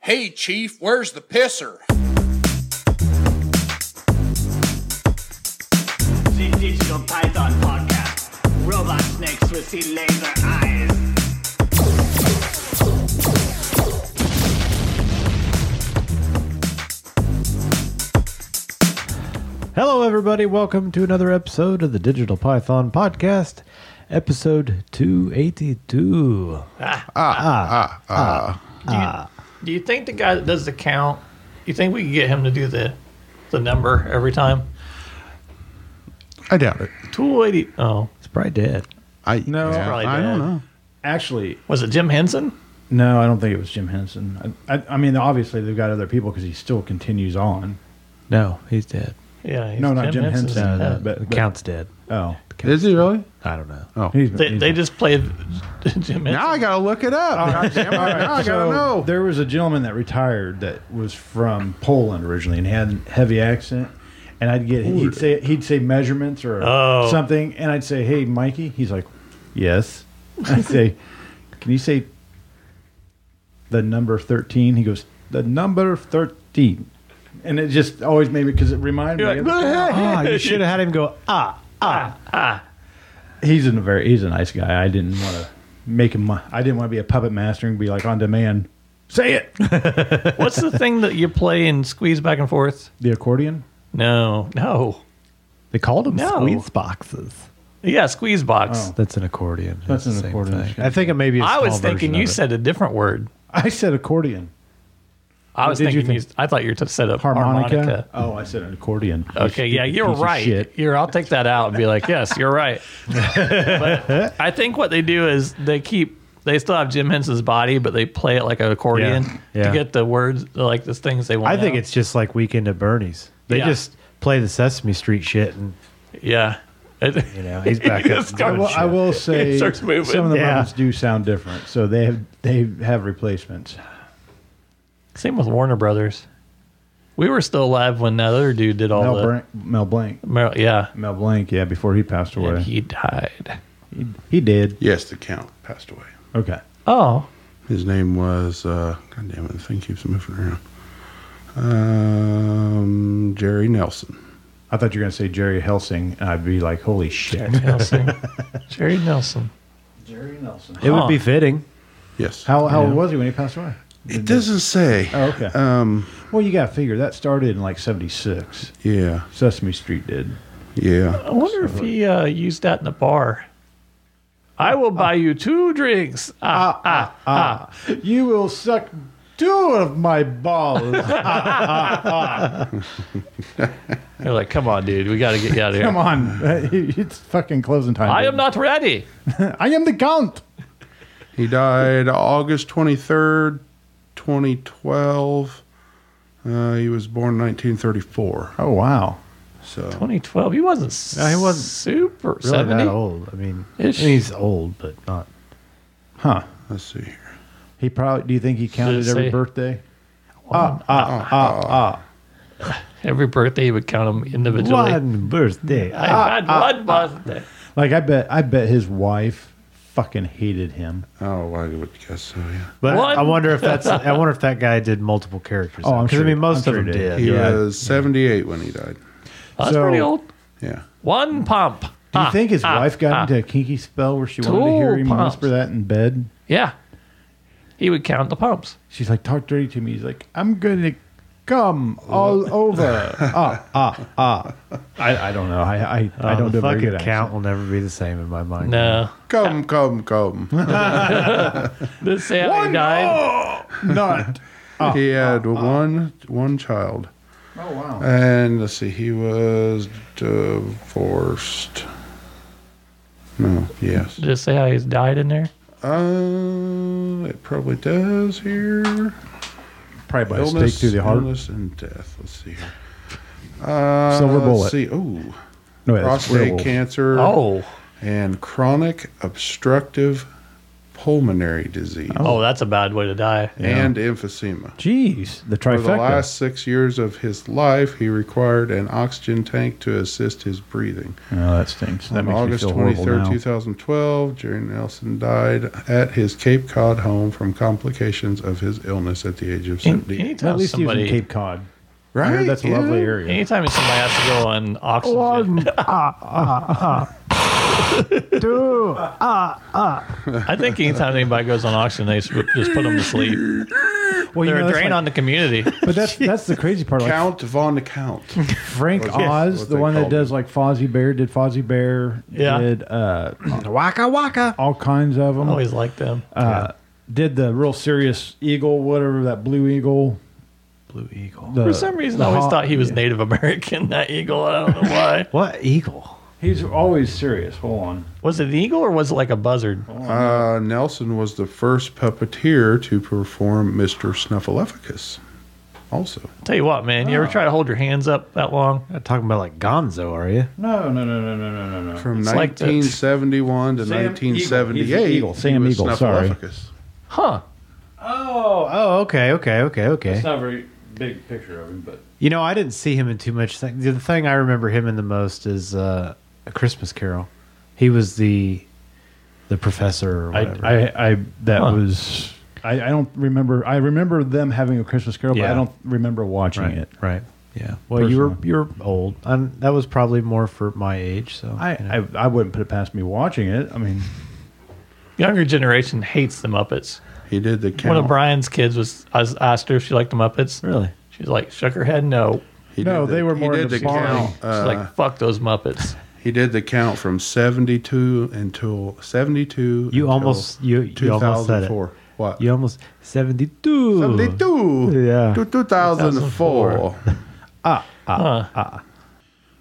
Hey, Chief, where's the pisser? The Digital Python Podcast. Robot snakes with the laser eyes. Hello, everybody. Welcome to another episode of the Digital Python Podcast, episode 282. Do you, do you think the guy that does the count, you think we could get him to do the the number every time? I doubt it. 280. Oh, It's probably dead. I no. probably I don't bad. know. Actually, was it Jim Henson? no, I don't think it was Jim Henson. I, I, I mean, obviously they've got other people because he still continues on. No, he's dead. Yeah. he's No, not Jim Henson's Henson. dad. Uh, but- the but- count's dead. Oh, Is he really? I don't know. Oh, he's They, he's- they just played Jim Henson. now I gotta look it up. Goddamn it, All right, now Oh, I gotta so know. There was a gentleman that retired that was from Poland originally and had a heavy accent. And I'd get he'd say he'd say measurements or Oh. something, and I'd say, "Hey, Mikey." He's like, "Yes." I say, "Can you say the number 13? He goes, "The number 13. And it just always made me because it reminded me. You're of ah, you should have had him go, ah. he's in a very he's a nice guy. I didn't want to make him. I didn't want to be a puppet master and be like on demand. Say it. What's the thing that you play and squeeze back and forth? The accordion. No, no. They called him No. squeeze boxes. Yeah, squeeze box. Oh. That's an accordion. It's That's the an same accordion. thing. I think it may be a I small was version thinking you of it. said a different word. I said accordion. I was did you thinking you, think? I thought you were set up Harmonica. harmonica. Oh, I said an accordion. Okay, yeah, Stupid you're piece of right. shit. You're. I'll take that out and be like, yes, you're right. but I think what they do is they keep. They still have Jim Henson's body, but they play it like an accordion Yeah, yeah. to get the words, like the things they want. I think out. it's just like Weekend at Bernie's. They Yeah. just play the Sesame Street shit and, yeah. It- you know, he's back up. It's and got- I doing will, shit. I will say Oh, It some starts of moving. the Yeah. moments do sound different, so they have they have replacements. same with Warner Brothers. We were still alive when that other dude did all Mel, the. Blanc, Mel Blanc, Mer- yeah, Mel Blanc, yeah, before he passed away, and he, he died. did. Yes, the count passed away. Okay, Oh, His name was. Uh, God damn it, the thing keeps moving around. Um, Jerry Nelson. I thought you were gonna say Jerry Helsing, and I'd be like, holy shit, Nelson, Jerry Nelson. Jerry Nelson. It Huh. would be fitting. Yes. How how old was he when he passed away? It doesn't say. Oh, okay. Um. Well, you got to figure that started in like '76. Yeah. Sesame Street did. Yeah. I wonder if he uh, used that in the bar. I will buy you two drinks. Ah, You will suck two of my balls. They're like, come on, dude, we got to get you out of here. Come on, it's fucking closing time. I am baby. not ready. I am the count. He died August twenty third, twenty twelve. Uh, he was born nineteen thirty four. Oh wow. So 2012. He wasn't. No, he wasn't super Really 70. that old. I mean, Ish. I mean, he's old, but not. Huh. let's see here. He probably. Do you think he counted Should it every say- birthday? Every birthday, he would count them individually. One birthday. I had one birthday. Like I bet. I bet his wife fucking hated him. Oh, I would guess so. Yeah. But One. I wonder if that's. I wonder if that guy did multiple characters. Oh, I'm Because, sure I he- mean, most I'm of sure them he did. did. He right? was 78 when he died. Oh, that's So- pretty old. Yeah. One pump. Do you Ah, think his ah, wife got ah. into a kinky spell where she wanted to hear Two him pumps. whisper that in bed? Yeah. He would count the pumps. She's like, talk dirty to me. He's like, I'm gonna come all over. ah, ah, ah. I, I don't know. I, I, I Oh, the don't do a very fucking good count accent. will never be the same in my mind. No. Come, come, come. This say how he died. Oh, Not. he had one one child, Oh wow. and let's see, he was divorced. No, yes. Just say how he's died in there. Uh, it probably does here. Probably by a illness, stake through the heart. illness and death. Let's see here. Uh, Silver bullet. Let's see. Ooh, No, that's prostate Oh. werewolf. cancer Oh. and chronic obstructive pulmonary disease Oh, that's a bad way to die. and emphysema. Jeez, the For trifecta. the last six years of his life, he required an oxygen tank to assist his breathing. oh, that stinks. That On makes August me feel horrible 23, now. 2012, Jerry Nelson died at his Cape Cod home from complications of his illness at the age of 70. Anytime At least he was somebody, in Cape Cod. I heard that's a lovely area. anytime somebody has to go on oxygen, I think anytime anybody goes on oxygen, they just just put them to sleep. Well, you They're know, a that's drain like- on the community. But that's that's the crazy part. Like Count Von Count. Frank What's- Oz, what the they one that called does like Fozzie Bear, did Fozzie Bear. Yeah. Did uh, Waka waka. all kinds of them. Always like them. uh, Did the real serious eagle, whatever that blue eagle. Blue eagle. the- For some reason, Uh, the I always hawk- thought he was Native American. That eagle. I don't know why. What eagle? He's always serious. Hold on. was it an eagle or was it like a buzzard? Uh, Nelson was the first puppeteer to perform Mr. Snuffleupagus. Also, Tell you what, man. You Oh. ever try to hold your hands up that long? Not talking about like Gonzo, are you? No, no, no, no, no, no, no, no. from It's like the- 1971 to Sam Eagle. 1978, He's the eagle. Sam he was Eagle, sorry. Snuffleupagus. Huh? Oh, oh, okay, okay, okay, okay. It's not a very big picture of him, but You know, I didn't see him in too much thing. The thing I remember him in the most is uh, a Christmas Carol. He was the the professor or I, whatever. I, I that Huh. was. I, I don't remember. I remember them having a Christmas Carol, but Yeah. I don't remember watching right, it. right. Yeah. Well, you were Personally. you were old, and that was probably more for my age. So I, you know. I, I wouldn't put it past me watching it. I mean, Younger generation hates the Muppets. He did the One of count. Brian's kids was I was asked her if she liked the Muppets. really. She's like shook her head no. He No, did the- they were he more did into the farming. count. It's She's uh, like fuck those Muppets. He did the count from 72 until 72. You until almost you you almost said it. 2004. What? You almost seventy two. 72 Yeah. to 2004. Count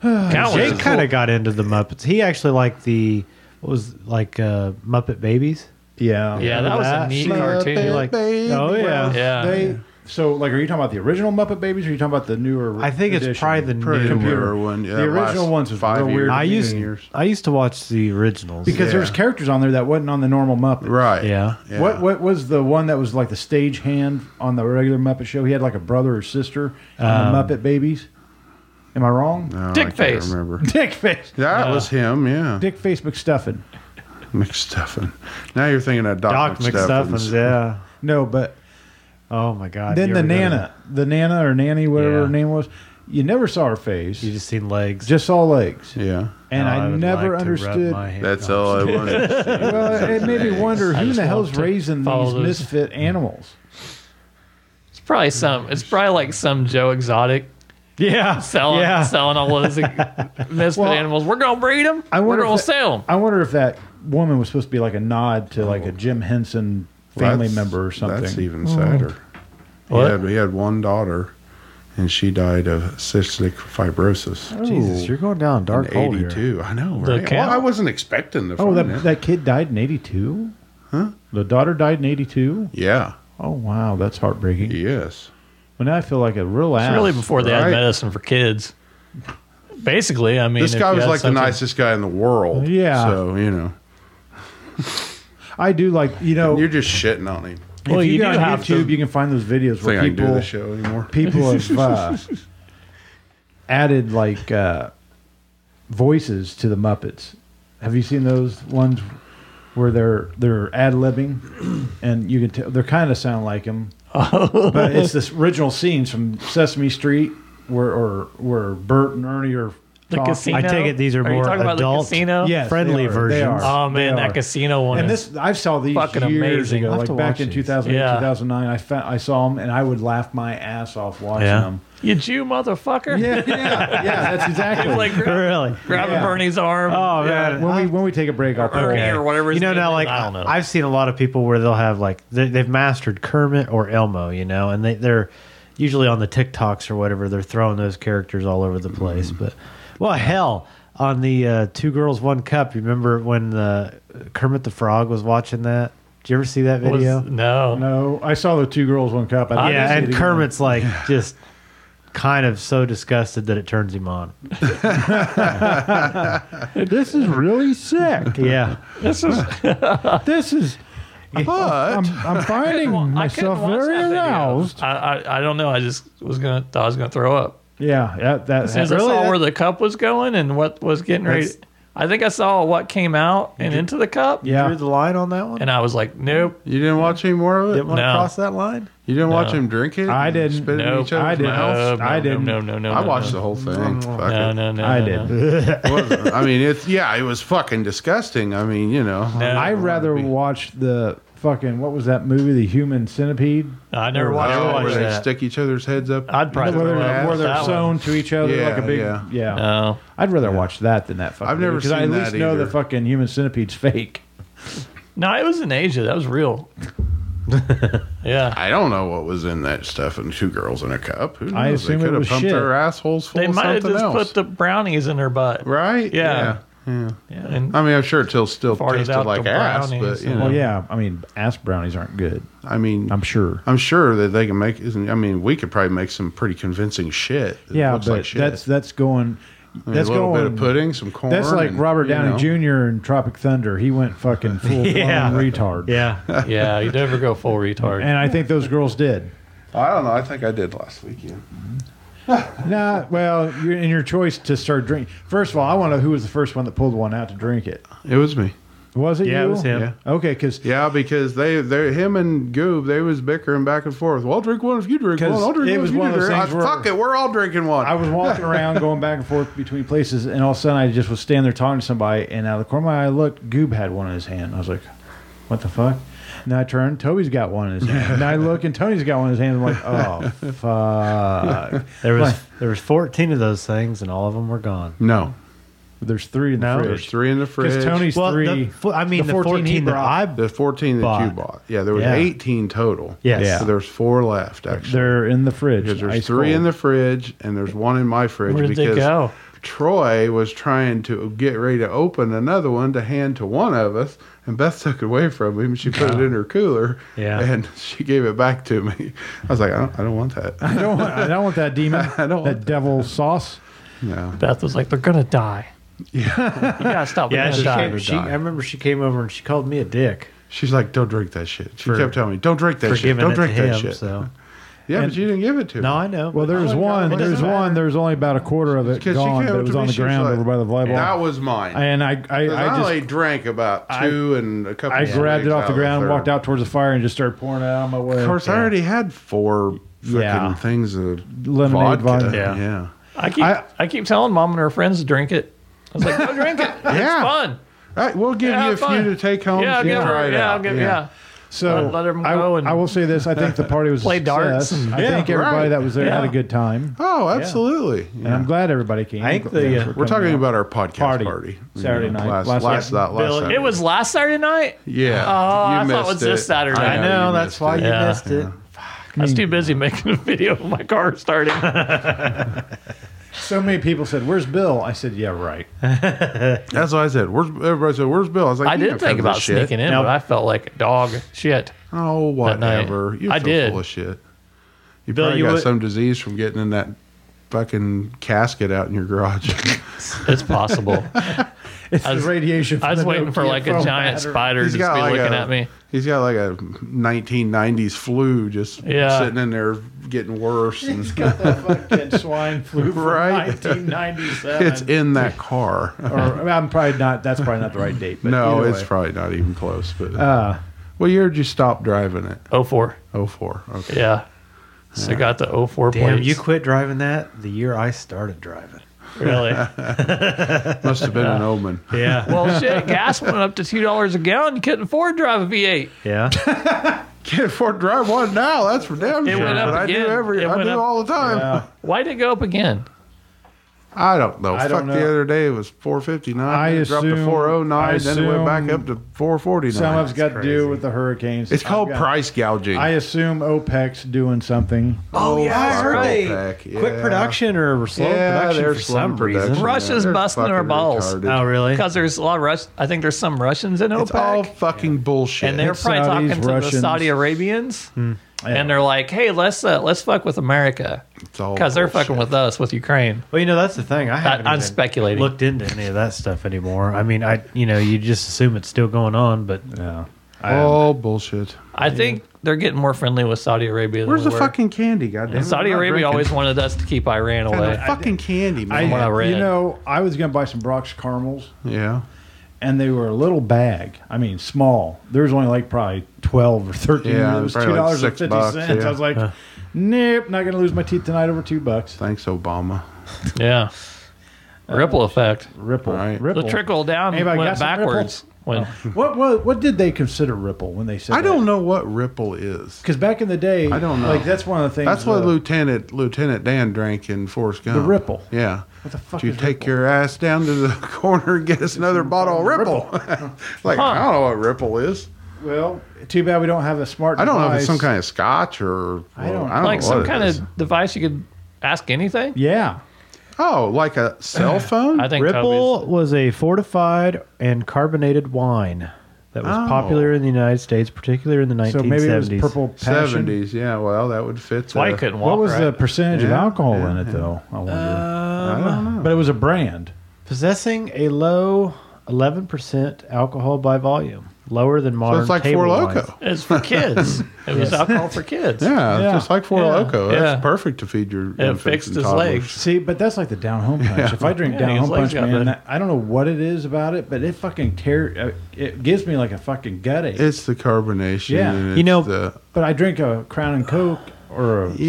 was Jake a kind of got into the Muppets. He actually liked the what was it, like uh, Muppet Babies. yeah, Yeah, that was a That neat shit. cartoon. You're like, oh yeah. yeah. They so like, are you talking about the original Muppet Babies, or are you talking about the newer? I think it's edition? probably the Pretty new. computer. rare one. Yeah, The original last ones was five real years. weird. I used years. I used to watch the originals because there was Yeah. characters on there that wasn't on the normal Muppet. Right. Yeah. Yeah. What what was the one that was like the stage hand on the regular Muppet show? He had like a brother or sister on Um, the Muppet Babies. Am I wrong? No, Oh, I Dick can't face. remember. Dick face. That was him, yeah. Dick face McStuffin. McStuffin. Now you're thinking of Doc, Doc McStuffins. Yeah. No, but Oh my God. then you the ever go to- Nana, the Nana or Nanny, whatever Yeah. her name was, you never saw her face. You You just, just seen legs. saw legs, Yeah. and Oh, I, would never like to rub understood. my hand. That's all I wanted. Well, it made me wonder I who in just the hell's want to raising follow these those- misfit animals. It's probably some. It's probably like some Joe Exotic yeah. selling Yeah. selling all those misfit Well, animals. We're gonna breed them. I We're wonder if gonna that- sell them. I wonder if that woman was supposed to be like a nod to like a Jim Henson family That's- member or That's something. even sadder. What? He had, he had one daughter, and she died of cystic fibrosis. Jesus, you're going down a dark hole In here. 82. I know, right? Well, count? I wasn't expecting the oh, that that, that kid died in '82. Huh? The daughter died in '82. Yeah. Oh wow, that's heartbreaking. Yes. Well, now I feel like a real ass. It's really before they had right? medicine for kids. Basically, I mean, This if guy you was had like something- the nicest guy in the world. Yeah. So, you know, I do like you know. you're just shitting on him. Well, if you, you go do on have YouTube, to- you can find those videos I think where I can do people the show anymore. people have uh, added like uh, voices to the Muppets. Have you seen those ones where they're they're ad libbing, and you can tell they're kind of sound like him, Oh. but it's this original scenes from Sesame Street where or where Bert and Ernie are the talking. casino. I take it these are you more talking about adult- the casino. Yeah. Yes, friendly they are, they versions. are, Oh man, they that are. casino one. And is- this I saw these fucking years amazing. ago, I'll have to like back watch in these. 2008, Yeah. 2009. I fa- I saw them and I would laugh my ass off watching Yeah. them. you Jew motherfucker. Yeah, yeah, yeah. That's exactly. Like grab, really? grabbing Yeah. Bernie's arm. Oh man. when we when we take a break, I'll Ernie or whatever. You his know name now, is. like I don't know. I've seen a lot of people where they'll have like they, they've mastered Kermit or Elmo, you know, and they they're usually on the TikToks or whatever. They're throwing those characters all over the place. But well, hell, on the uh, Two Girls One Cup, you remember when the Kermit the Frog was watching that? Did you ever see that Was- video? no. No, I saw the two girls, one cup. I didn't yeah, see it and again. Kermit's like just kind of so disgusted that it turns him on. This is really sick. Yeah, This is This is But I'm, I'm finding I couldn't myself watch that very video. aroused. I, I I don't know. I just was gonna thought I was gonna throw up. Yeah, that, that Since really, I saw that- where the cup was going and what was getting ready, That's- I think I saw what came out and into the cup. yeah. Drew the line on that one. And I was like, nope. you didn't watch any more of it. Didn't want No. to cross that line. You didn't watch him drink it. I and didn't. Spit it in Nope. each other's I didn't. mouth? No, I no, no, didn't. No, no, no. I no, watched no. the whole thing. Fuck No, it. no, no. I no, did. no. It wasn't- I mean, it's yeah, it was fucking disgusting. I mean, you know, No. I rather be- watch the fucking what was that movie, The Human Centipede, I never watched, Oh, watched where they that. stick each other's heads up. I'd where probably they're, Yeah, where they're that sewn one. to each other like a Yeah, big yeah. yeah. No. I'd rather watch that than that fucking. I've never because I at seen least that know either. the fucking Human Centipede's fake. No, it was in Asia. That was real. yeah. I don't know what was in that stuff and two girls in a cup. Who knows? I assume they it could have was pumped shit. their assholes full They of might have something just else. put the brownies in her butt. right? Yeah. yeah. And I mean, I'm sure it still still Farted tasted out like the ass, brownies but you and- know, Well, yeah, I mean, ass brownies aren't good. I mean, I'm sure. I'm sure that they can make. I mean, we could probably make some pretty convincing shit. that yeah, looks but like shit. that's that's going. I mean, that's a little going. bit of pudding, some corn. that's like and, Robert you Downey know. Jr. in Tropic Thunder. He went fucking full blown Yeah. retard. Yeah, yeah, you never go full retard. and I think those girls did. I don't know. I think I did last weekend. Nah, well, you in your choice to start drinking. First of all, I want to know who was the first one that pulled one out to drink it. It was me. Was it yeah, you? it was him. Yeah. Okay, because Yeah, because they, they, him and Goob, they was bickering back and forth. Well, I'll drink one if you drink one. 'Cause I'll drink it one was if you one of those drink. things I- where- fuck it, we're all drinking one. I was walking around, going back and forth between places, and all of a sudden I just was standing there talking to somebody, and out of the corner of my eye, I looked, Goob had one in his hand. I was like, what the fuck? And I turned, Toby's got one in his hand. And I look, and Tony's got one in his hand. I'm like, oh, fuck. there was there was fourteen of those things, and all of them were gone. no, There's three in the No. fridge. there's three in the fridge. Because Tony's Well, the three. fo- I mean the, fourteen, he that brought. I the fourteen that you Bought. bought. Yeah, there was Yeah. eighteen total. Yes. Yeah. so there's four left actually. They're in the fridge. because there's ice three in cold. the fridge and there's one in my fridge. Where'd they because go? Troy was trying to get ready to open another one to hand to one of us, and Beth took it away from him. She put it in her cooler, Yeah. and she gave it back to me. I was like, I don't, I don't want that. I don't want, I don't want that demon. I don't that want devil sauce. No. Beth was like, they're going to die. Yeah. you got to stop. They're Yeah, going she, to die. came, she I remember she came over and she called me a dick She's like, don't drink that shit. She For- kept telling me, don't drink that for shit. giving Don't it to drink that him. shit. So Yeah, but you didn't give it to no, me. I know. Well, there was Oh my God, one. it There was doesn't one. matter. There was only about a quarter of it Because she gone came that up was to on me, the she was ground like, over by the volleyball. That was mine. and I, I, 'Cause I, I just only drank about I- two and a couple. I of grabbed it swigs off out the of ground, third. walked out towards the fire, and just started pouring it out of my way. Of course, I already had four fucking Yeah. things of Lemonade, lemonade vodka. vodka. Yeah, Yeah. yeah. I keep, I, I- keep telling mom and her friends to drink it. I was like, go drink it. It's fun. All right, we'll give Yeah, you a have fun. few to take home. Yeah, I'll You give try her. it Yeah, out. I'll give, yeah. So Let- let 'em I, go and- I will say this: I think the party was a Play success. darts and- I Yeah, think everybody right. that was there had a Yeah. good time, Oh, absolutely. and Yeah. I'm glad everybody came. I think the, uh, for We're coming talking out. about our podcast Party. party, Saturday night. Last, Last last, last, night. last Bill, Saturday. It was last Saturday night? Yeah. Oh, I you thought it was missed this Saturday I night. you know missed that's why it. you Yeah. missed it. I was too busy making a video of my car starting. So many people said, "Where's Bill?" I said, "Yeah, right." That's why I said, "Where's everybody?" Said, "Where's Bill?" I was like, I "He did don't think come to about shit." sneaking in, Now- but I felt like a dog. Shit. Oh, night. whatever. You're I so did. full of shit. You Bill, probably you got would- some disease from getting in that fucking casket out in your garage. It's possible. It's I was- the radiation. I was from the waiting for Nokia like a phone giant battery. spider to He's just be got like looking a- at me. He's got like a 1990s flu just Yeah. sitting in there getting worse. And He's got that fucking swine flu from Right. 1997. it's in that car. or, I mean, I'm probably not. That's probably not the right date. But no, either it's way. probably not even close. But Uh, what year did you stop driving it? Oh four. Oh four. Okay. Yeah. So I got the oh four Damn, plates. you quit driving that the year I started driving. really? Must have been an omen. Yeah, well, shit. Gas went up to two dollars a gallon. You couldn't afford to drive a V eight. yeah. Can't afford to drive one now. That's for damn It sure. went up but I again. do every. It I went do up- all the time. Why did it go up again? I don't know. I Fuck don't the know. other day it was 459. I it dropped to assume- 409, I then it went back assume up to 449. some of it's got to do with the hurricanes. it's called I've got- price gouging. I assume OPEC's doing something. Oh yeah, I heard fuck they OPEC, quit yeah. production or slow Yeah, production they're for slowing some production. reason. Russia's they're busting their fucking balls. retarded. Oh really? Because there's a lot of Rush. I think there's some Russians in OPEC. It's all fucking bullshit. and they're It's probably Saudis, talking to the Russians. Saudi Arabians, Hmm. and they're like, "Hey, let's uh, let's fuck with America It's all because they're bullshit. fucking with us with Ukraine." Well, you know that's the thing. I haven't I'm even speculating. Looked into any of that stuff anymore. I mean, I you know you just assume it's still going on, but Yeah. All bullshit. I think they're getting more friendly with Saudi Arabia. Than Where's we the were. fucking candy? Goddamn. it, Saudi I'm not Arabia drinking. always wanted us to keep Iran And the away. fucking candy, I, man. what I read. You know, I was going to buy some Brock's caramels, yeah. and they were a little bag. I mean, small. There was only like probably twelve or thirteen. Yeah, it was two probably like dollars six fifty bucks, yeah. I was like, nope, not going to lose my teeth tonight over two bucks. Thanks, Obama. Yeah. Uh, Ripple effect. Ripple, Right. ripple. The trickle down Anybody got went some backwards. Oh. When What, what what did they consider ripple when they said? I don't know what Ripple is. because back in the day, I don't know. Like that's one of the things. That's what uh, Lieutenant Lieutenant Dan drank in Forrest Gump. The Ripple. Yeah. What the fuck You is take Ripple? your ass down to the corner and get us another bottle of Ripple. like I don't know what Ripple is. Well, too bad we don't have a smart. I don't know if it's device. some kind of scotch or I don't- like know what some it kind is. of device you could ask anything. Yeah, oh like a cell phone. I think Ripple Toby's- was a fortified and carbonated wine that was Oh. popular in the United States, particularly in the 1970s. so maybe it was purple passion. seventies. Yeah, well that would fit. why you the- couldn't walk. What was right. the percentage of Yeah, alcohol yeah, Uh, in it, though? I wonder. I don't know. but it was a brand. Possessing a low 11% alcohol by volume, lower than modern So it's like table Four wines. Loco. It's for kids. it was alcohol for kids. Yeah, Yeah. it's just like Four Yeah. Loco. That's Yeah. perfect to feed your. It infants fixed and his toddlers. legs. See, but that's like the down home punch. If I drink Yeah, down his home legs punch, got man, better. that, I don't know what it is about it, but it fucking tear. uh, It gives me like a fucking gut ache. It's the carbonation. Yeah. and You it's know- the, but I drink a Crown and Coke or a Peach and Coke,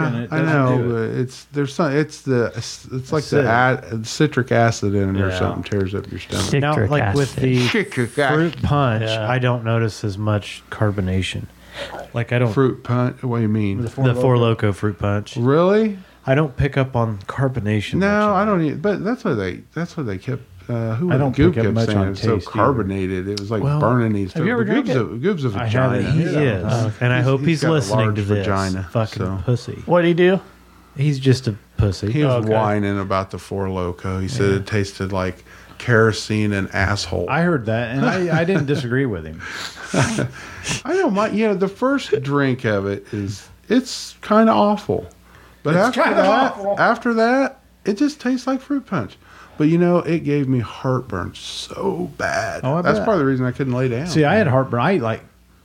Yeah, and it I doesn't know, do it. but it's there's some. It's the it's, it's like Acidic. the ad, citric acid in it or Yeah. something tears up your stomach. Citric Now, like with acid. the Citric fruit acid. punch, Yeah. I don't notice as much carbonation. Like I don't Fruit punch. What do you mean? the Four Loco fruit punch. Really? I don't pick up on carbonation. No, I much. don't. Even, but that's what they. That's what they kept. Uh, who I was don't Goob pick up kept much saying on it was so taste either. carbonated. It was like Well, burning these. have you ever drank Goob's a, Goob's a I haven't. vagina. He Yeah. is, and I Oh, He's- hope he's he's, got a listening to large this. vagina, fucking so- pussy. What'd he do? He's just a pussy. He was Oh, Okay. whining about the Four Loco. He said it tasted like kerosene and asshole. I heard that, and I, I didn't disagree with him. I don't mind. You know, the first drink of it is it's kind of awful, but after kinda that, awful. after that, it just tastes like fruit punch. But you know, it gave me heartburn so bad. Oh, I That's bet. part of the reason I couldn't lay down. See, I had heartburn. I ate like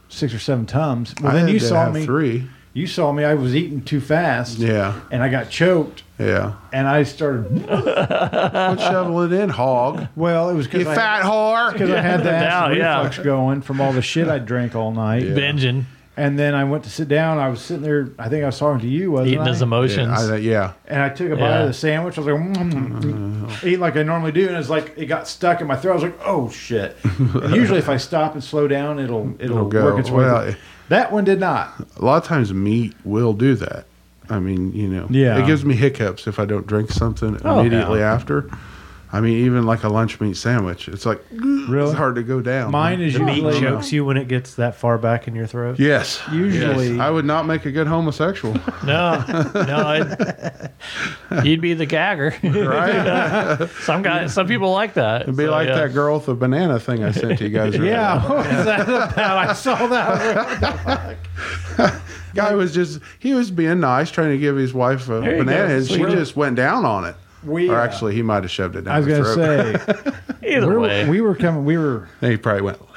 six or seven tums. Well, I then had you to saw have me. three. You saw me. I was eating too fast. Yeah. and I got choked, Yeah, and I started. I'll shovel it in, hog. Well, it was You because I, fat whore. because I had that Yeah, acid yeah. reflux going from all the shit I drank all night. Binging, And then I went to sit down. I was sitting there. I think I was talking to you, wasn't eating his I? emotions. Yeah, I, yeah, Mm-hmm. And I took a bite Yeah. of the sandwich. I was like, mm eat like I normally do, and it's like it got stuck in my throat. I was like, oh shit. And usually, if I stop and slow down, it'll it'll, It'll go. work its way. Well, through. that one did not. a lot of times meat will do that. I mean, you know, Yeah. Oh, it gives me hiccups if I don't drink something immediately after. I mean, even like a lunch meat sandwich, it's like Really? it's hard to go down. Mine is The usually- meat Joe. Chokes you when it gets that far back in your throat. Yes, Usually- Yes. I would not make a good homosexual, No, no, I'd, you'd be the gagger. right? some guy, some people like that. It'd be So, like yeah. that girl with the banana thing I sent to you guys. earlier. Yeah, what was that about? I saw that. guy was just he was being nice, trying to give his wife a you banana, go. and she Sweet. just went down on it. We, or uh, actually, he might have shoved it down. I was her gonna throat. say Either we way, were, we were coming. We were And he probably went later.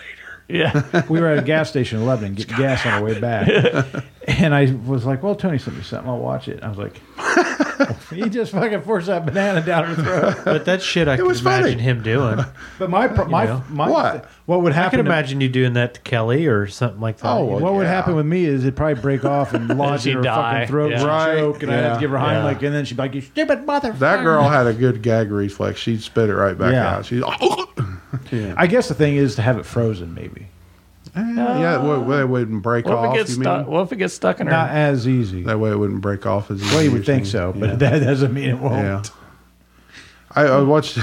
yeah. we were at a gas station in Lebanon getting gas on our way back. And I was like, well, Tony sent me something. I'll watch it. I was like, he just fucking forced that banana down her throat. But that shit, I could was funny. imagine him doing. But my, pro- my, know. my, What? what would I happen? could to- imagine you doing that to Kelly or something like that. Oh, You know? well, What would Yeah. happen with me is it'd probably break off and lodge she'd in her die. fucking throat. Yeah. She'd Right. choke, and I'd have to give her Yeah. Heimlich, and then she'd be like, "You stupid motherfucker!" That girl had a good gag reflex. She'd spit it right back Yeah. out. She's "Oh." Oh. I guess the thing is to have it frozen, maybe yeah, that way, way it wouldn't break What if off. it gets you stuck? mean? What if it gets stuck in her? not as easy. That way it wouldn't break off as easy. Well, you or would think so, something. but that doesn't mean it won't. Yeah. I, I watched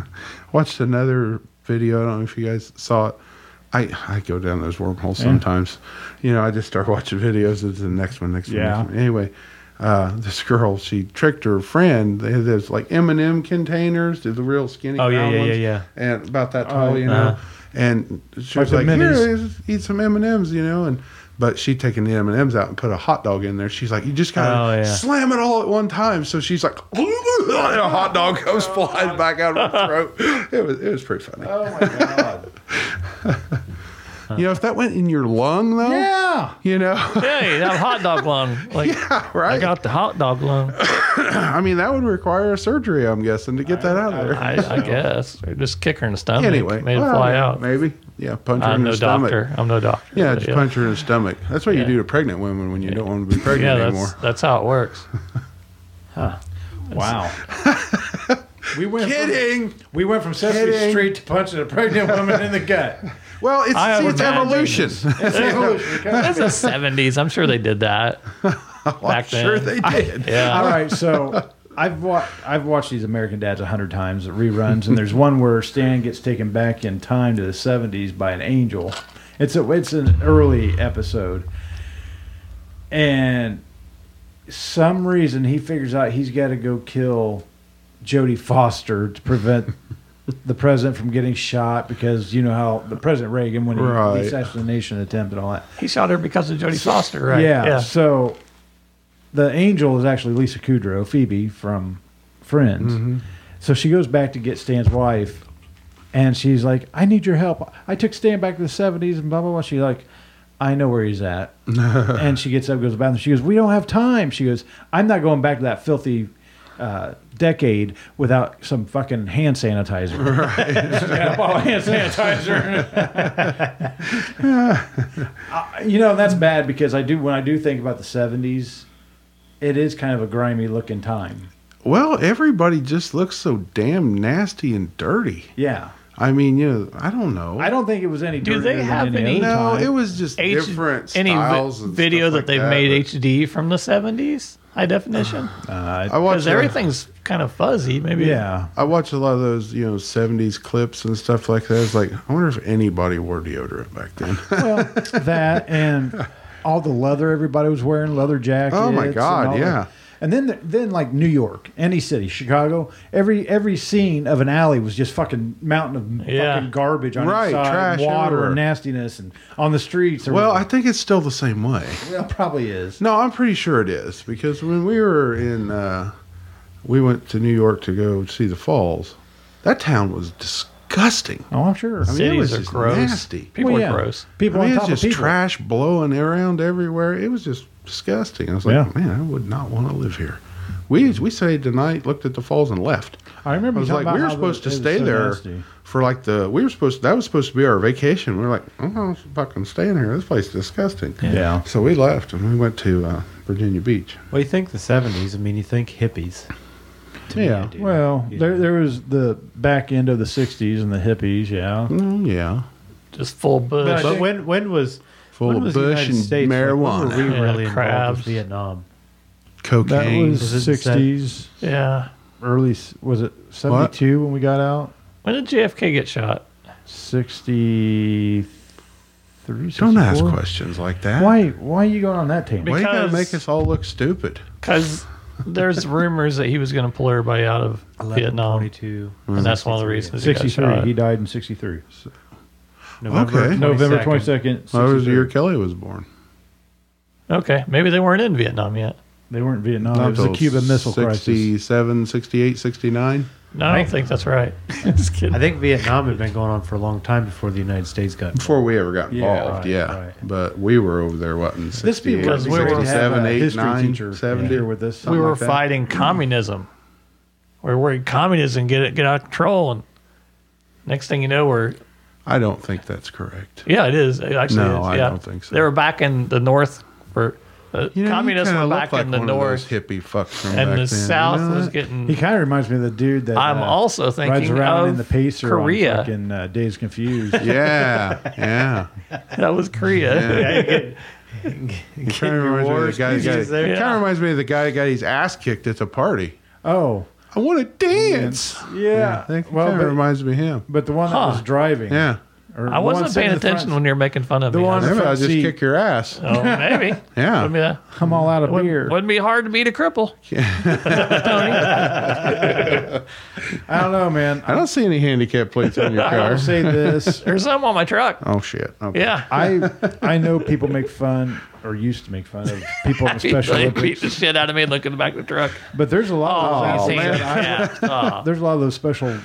watched another video. I don't know if you guys saw it. I, I go down those wormholes sometimes. You know, I just start watching videos. It's the next one, next one, Yeah. next one. Anyway, uh, this girl, she tricked her friend. They had those like M&M containers, the real skinny Oh, yeah, round yeah, yeah, ones, yeah. And about that tall, you know. And she Like was the like, minis. here, is- eat some M&Ms, you know. And But she taken the M&Ms out and put a hot dog in there. She's like, you just got Oh, to yeah. slam it all at one time. So she's like, and a hot dog comes flying back out of her throat. It was it was pretty funny. Oh my god! You know, if that went in your lung though, Yeah. you know, Hey, that hot dog lung. Like I right? got the hot dog lung. I mean, that would require a surgery, I'm guessing, to get that out of there. I, I guess Or just kick her in the stomach. anyway, made it well, fly yeah, out. Maybe, yeah, punch her I'm in no the stomach. doctor. I'm no doctor. Yeah, But just punch her in the stomach. That's what you do to pregnant women when you don't want to be Yeah, pregnant anymore. that's that's how it works. Wow. we went from, Kidding. we went from Sesame Kidding. Street to punching a pregnant woman in the gut. Well, it's, I see, it's imagine evolution. That's the evolution. Okay. That's the '70s. I'm sure they did that back then. sure, they did. yeah. All right, so I've watched I've watched these American Dads a hundred times, the reruns, and there's one where Stan gets taken back in time to the '70s by an angel. It's a it's an early episode, and some reason he figures out he's got to go kill Jodie Foster to prevent. The president from getting shot because you know how the president Reagan when he Right. the assassination attempt and all that. He shot her because of Jodie Foster, right? Yeah, So the angel is actually Lisa Kudrow, Phoebe from Friends. Mm-hmm. So she goes back to get Stan's wife, and she's like, "I need your help. I took Stan back to the '70s and blah blah blah." She's like, "I know where he's at," and she gets up, goes to the bathroom. She goes, "We don't have time." She goes, "I'm not going back to that filthy." Uh, decade without some fucking hand sanitizer. She's got a bottle of hand sanitizer. You know, that's bad because I do when I do think about the seventies, it is kind of a grimy looking time. Well, everybody just looks so damn nasty and dirty. Yeah. I mean, you know, I don't know. I don't think it was any Do dirtier they than have any any- no, other time. it was just H- different any vi- styles and video stuff that like they've that, made but HD from the '70s, high definition, I watch because a- everything's kind of fuzzy. Maybe yeah. I watch a lot of those, you know, '70s clips and stuff like that. It's like, I wonder if anybody wore deodorant back then. Well, that and all the leather everybody was wearing, leather jackets. Oh, my and God, all that. yeah. And then, then like New York, any city, Chicago, every every scene of an alley was just fucking mountain of Yeah. fucking garbage on Right, its side, trash water everywhere. and nastiness, and on the streets. there well, I was- think it's still the same way. well, probably is. No, I'm pretty sure it is because when we were in, uh, we went to New York to go see the falls. That town was disgusting. Oh, I'm sure. I mean, it Cities was are just gross. nasty. people Well, are yeah. gross. People I mean, on it's top just of people. trash blowing around everywhere. It was just disgusting. I was like, Yeah. man, I would not want to live here. We we stayed the night, looked at the falls, and left. I remember. you I was talking like, we about were how supposed the- it to was stay so there nasty. for like the we were supposed that was supposed to be our vacation. We were like, I'm not fucking staying here. This place is disgusting. Yeah. So we left and we went to uh, Virginia Beach. Well, you think the '70s? I mean, you think hippies? me, I yeah. do. Well, Yeah. there there was the back end of the '60s and the hippies. Yeah. Mm, yeah. Just full bush. But- But when when was Full when of was the bush United and States, like, when were marijuana. we Yeah, really involved crabs. with Vietnam? That Cocaine. was, Was it the '60s, yeah. early. s- Was it '72 when we got out? When did JFK get shot? '63. Don't ask questions like that. Why? Why are you going on that tangent? Why you gotta Because- make us all look stupid? Because there's rumors that he was going to pull everybody out of 11, Vietnam, 22, and that's one of the reasons he got '63. shot. He died in '63. November Okay. November 22nd. That was the 63. year Kelly was born. Okay, maybe they weren't in Vietnam yet. They weren't in Vietnam. Not it was the till Cuban Missile Crisis. 67, 68, 69. No, I don't think that's right. Just kidding. I think Vietnam had been going on for a long time before the United States got involved. Before we ever got Yeah, involved, right, yeah. right. But we were over there, what, in 68, This people Because we were- 67, uh, 8, history 9, teacher 70? here with us. we something were like that. fighting communism. We were worried communism get it get out of control, and next thing you know, we're I don't think that's correct. yeah, it is it actually. No, is, I yeah. don't think so. They were back in the north for uh, communists kinda were look back like in the one of those north, hippie fucks from back and the then. south You know was that? getting. He kind of reminds me of the dude that I'm uh, also thinking rides around of in the pacer Korea. on fucking, uh, Days Confused. Yeah, yeah. that was Korea. It kind of reminds me of the guy. that speeches got- there. It kind Yeah. of reminds me of the guy that got his ass kicked at the party. oh, I want to dance. yeah. I think it well, kind of but, reminds me of him. but the one that Huh. was driving. Yeah. or I the one wasn't sitting paying in the front attention when you were making fun of The me. one- Maybe I'll front just seat. kick your ass. Oh, maybe. Yeah. I mean, uh, I'm all out of beer. Wouldn't be hard to beat a cripple. I don't know, man. I don't see any handicap plates on your I car. will say this. There's some on my truck. Oh shit. Okay. Yeah. I I know people make fun or used to make fun of people in the Special they beat Olympics, the shit out of me looking back the truck. but there's a lot. Oh, of those man. things that I- Yeah. Oh. there's a lot of those special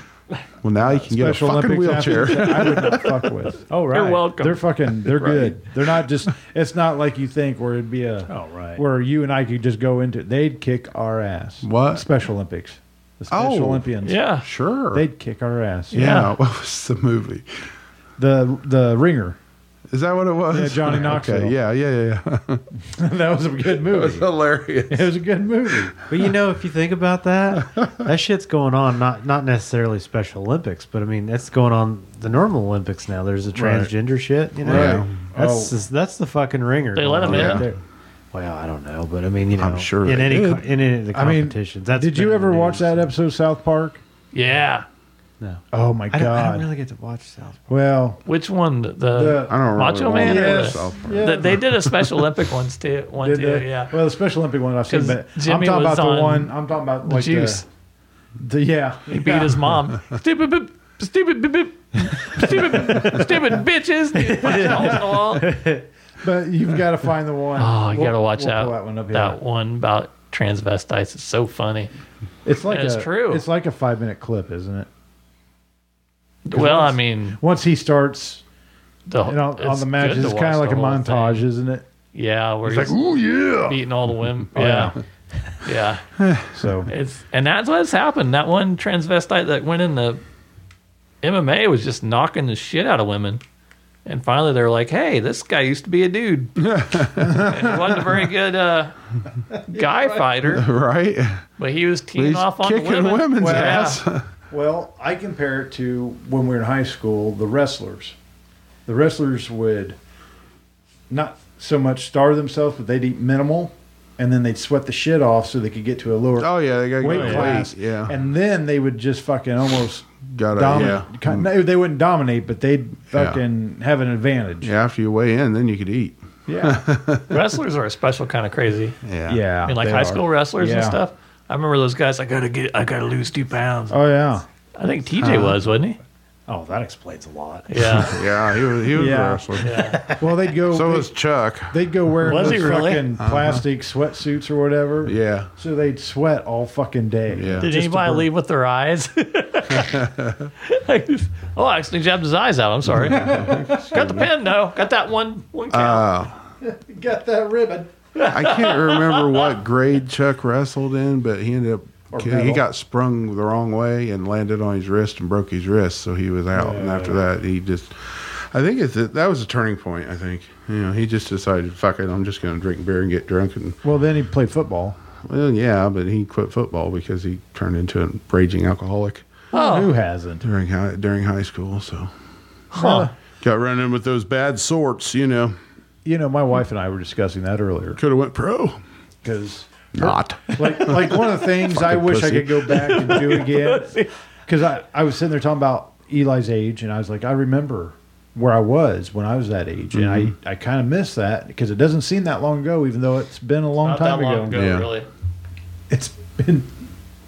Well, now you can get a Special fucking Olympics wheelchair. athletes that I would not fuck with. Oh right, welcome. They're fucking. They're Right. good. They're not just. It's not like you think where it'd be a. Oh, right. Where you and I could just go into. They'd kick our ass. What? Special Olympics? The Special Oh. Olympians. Yeah. sure. They'd kick our ass. yeah. What was the movie? The the ringer. Is that what it was? Yeah, Johnny Knoxville. Okay. Yeah, yeah, yeah. yeah. that was a good it was movie. hilarious. It was a good movie. But you know, if you think about that, that shit's going on. Not not necessarily Special Olympics, but I mean that's going on the normal Olympics now. There's the Right. transgender shit. You know, Right. that's Oh. just- that's the fucking ringer. They let going 'em on in? right there. Well, I don't know, but I mean, you know, I'm sure in they any did. co- in any of the I mean, competitions. that's Did been you in ever the watch news. that episode of South Park? Yeah. No, Oh my I don't, I don't god. really get to watch South. Well, Which one? The, The- I don't really Macho want Man to or go the- South Park. yeah. the- they did a Special Olympic ones too. One Did too. they? Yeah. Well, the Special Olympic one I've seen, 'Cause but I'm Jimmy talking about was the on one. I'm talking about the like juice. The, the yeah. he beat his mom. Stupid. Boop. Stupid, boop, boop, stupid, boop, stupid bitches! Dude, punching holes in the wall. But you've got to find the one. Oh, you We'll- gotta watch we'll out. pull that one up. That yeah. one about transvestites is so funny. It's like That's a, true. It's like a five minute clip, isn't it? Well, I mean, Once he starts, the, you know, it's on the good matches, to it's watch kind of like the a whole montage, thing. isn't it? Yeah, where he's, It's like, ooh yeah. beating all the women. yeah. yeah. yeah, So It's and that's what's happened. That one transvestite that went in the MMA was just knocking the shit out of women. And finally, they were like, "Hey, this guy used to be a dude. and he wasn't a very good uh, guy fighter, Right? but he was teeing He's off on the kicking women. women's Well, ass. Well, I compare it to when we were in high school, the wrestlers. The wrestlers would not so much starve themselves, but they'd eat minimal and then they'd sweat the shit off so they could get to a lower Oh yeah, they got weight weight. class. Yeah, And then they would just fucking almost got dominate. yeah. Hmm. Kind no, they wouldn't dominate, but they'd fucking have an advantage. yeah, after you weigh in, then you could eat. Yeah. Wrestlers are a special kind of crazy. Yeah, yeah. I mean, like they high are. school wrestlers and Yeah. stuff. I remember those guys. I gotta get. I gotta lose two pounds. Oh, Uh-huh. yeah. I think TJ was, wasn't he? Oh, that explains a lot. Yeah. yeah. He was he was Yeah. a wrestler. Well, they'd go. So they- was Chuck. They'd go wear Was those he really? fucking plastic sweatsuits or whatever. Yeah, So they'd sweat all fucking day. yeah. Did Just anybody to burn- leave with their eyes? oh, I actually jabbed his eyes out. I'm sorry. Got the pen though. Got that one. Uh, One count. Got that ribbon. Uh, I can't remember what grade Chuck wrestled in, but he ended up he pedal. got sprung the wrong way and landed on his wrist and broke his wrist, so he was out. and after that, he just. I think it's that was a turning point. I think you know he just decided, fuck it, I'm just going to drink beer and get drunk and Well, then he played football. well, yeah, but he quit football because he turned into a raging alcoholic Oh. Who hasn't? during high, during higght school. So got run in with those bad sorts, you know. You know, my wife and I were discussing that earlier Could have went pro, because, not. like, like one of the things I wish I pussy. could go back and do again. Because I, I was sitting there talking about Eli's age, and I was like, I remember where I was when I was that age, and I, I kind of miss that because it doesn't seem that long ago, even though it's been a long Not time that long ago. ago, Yeah. really. It's been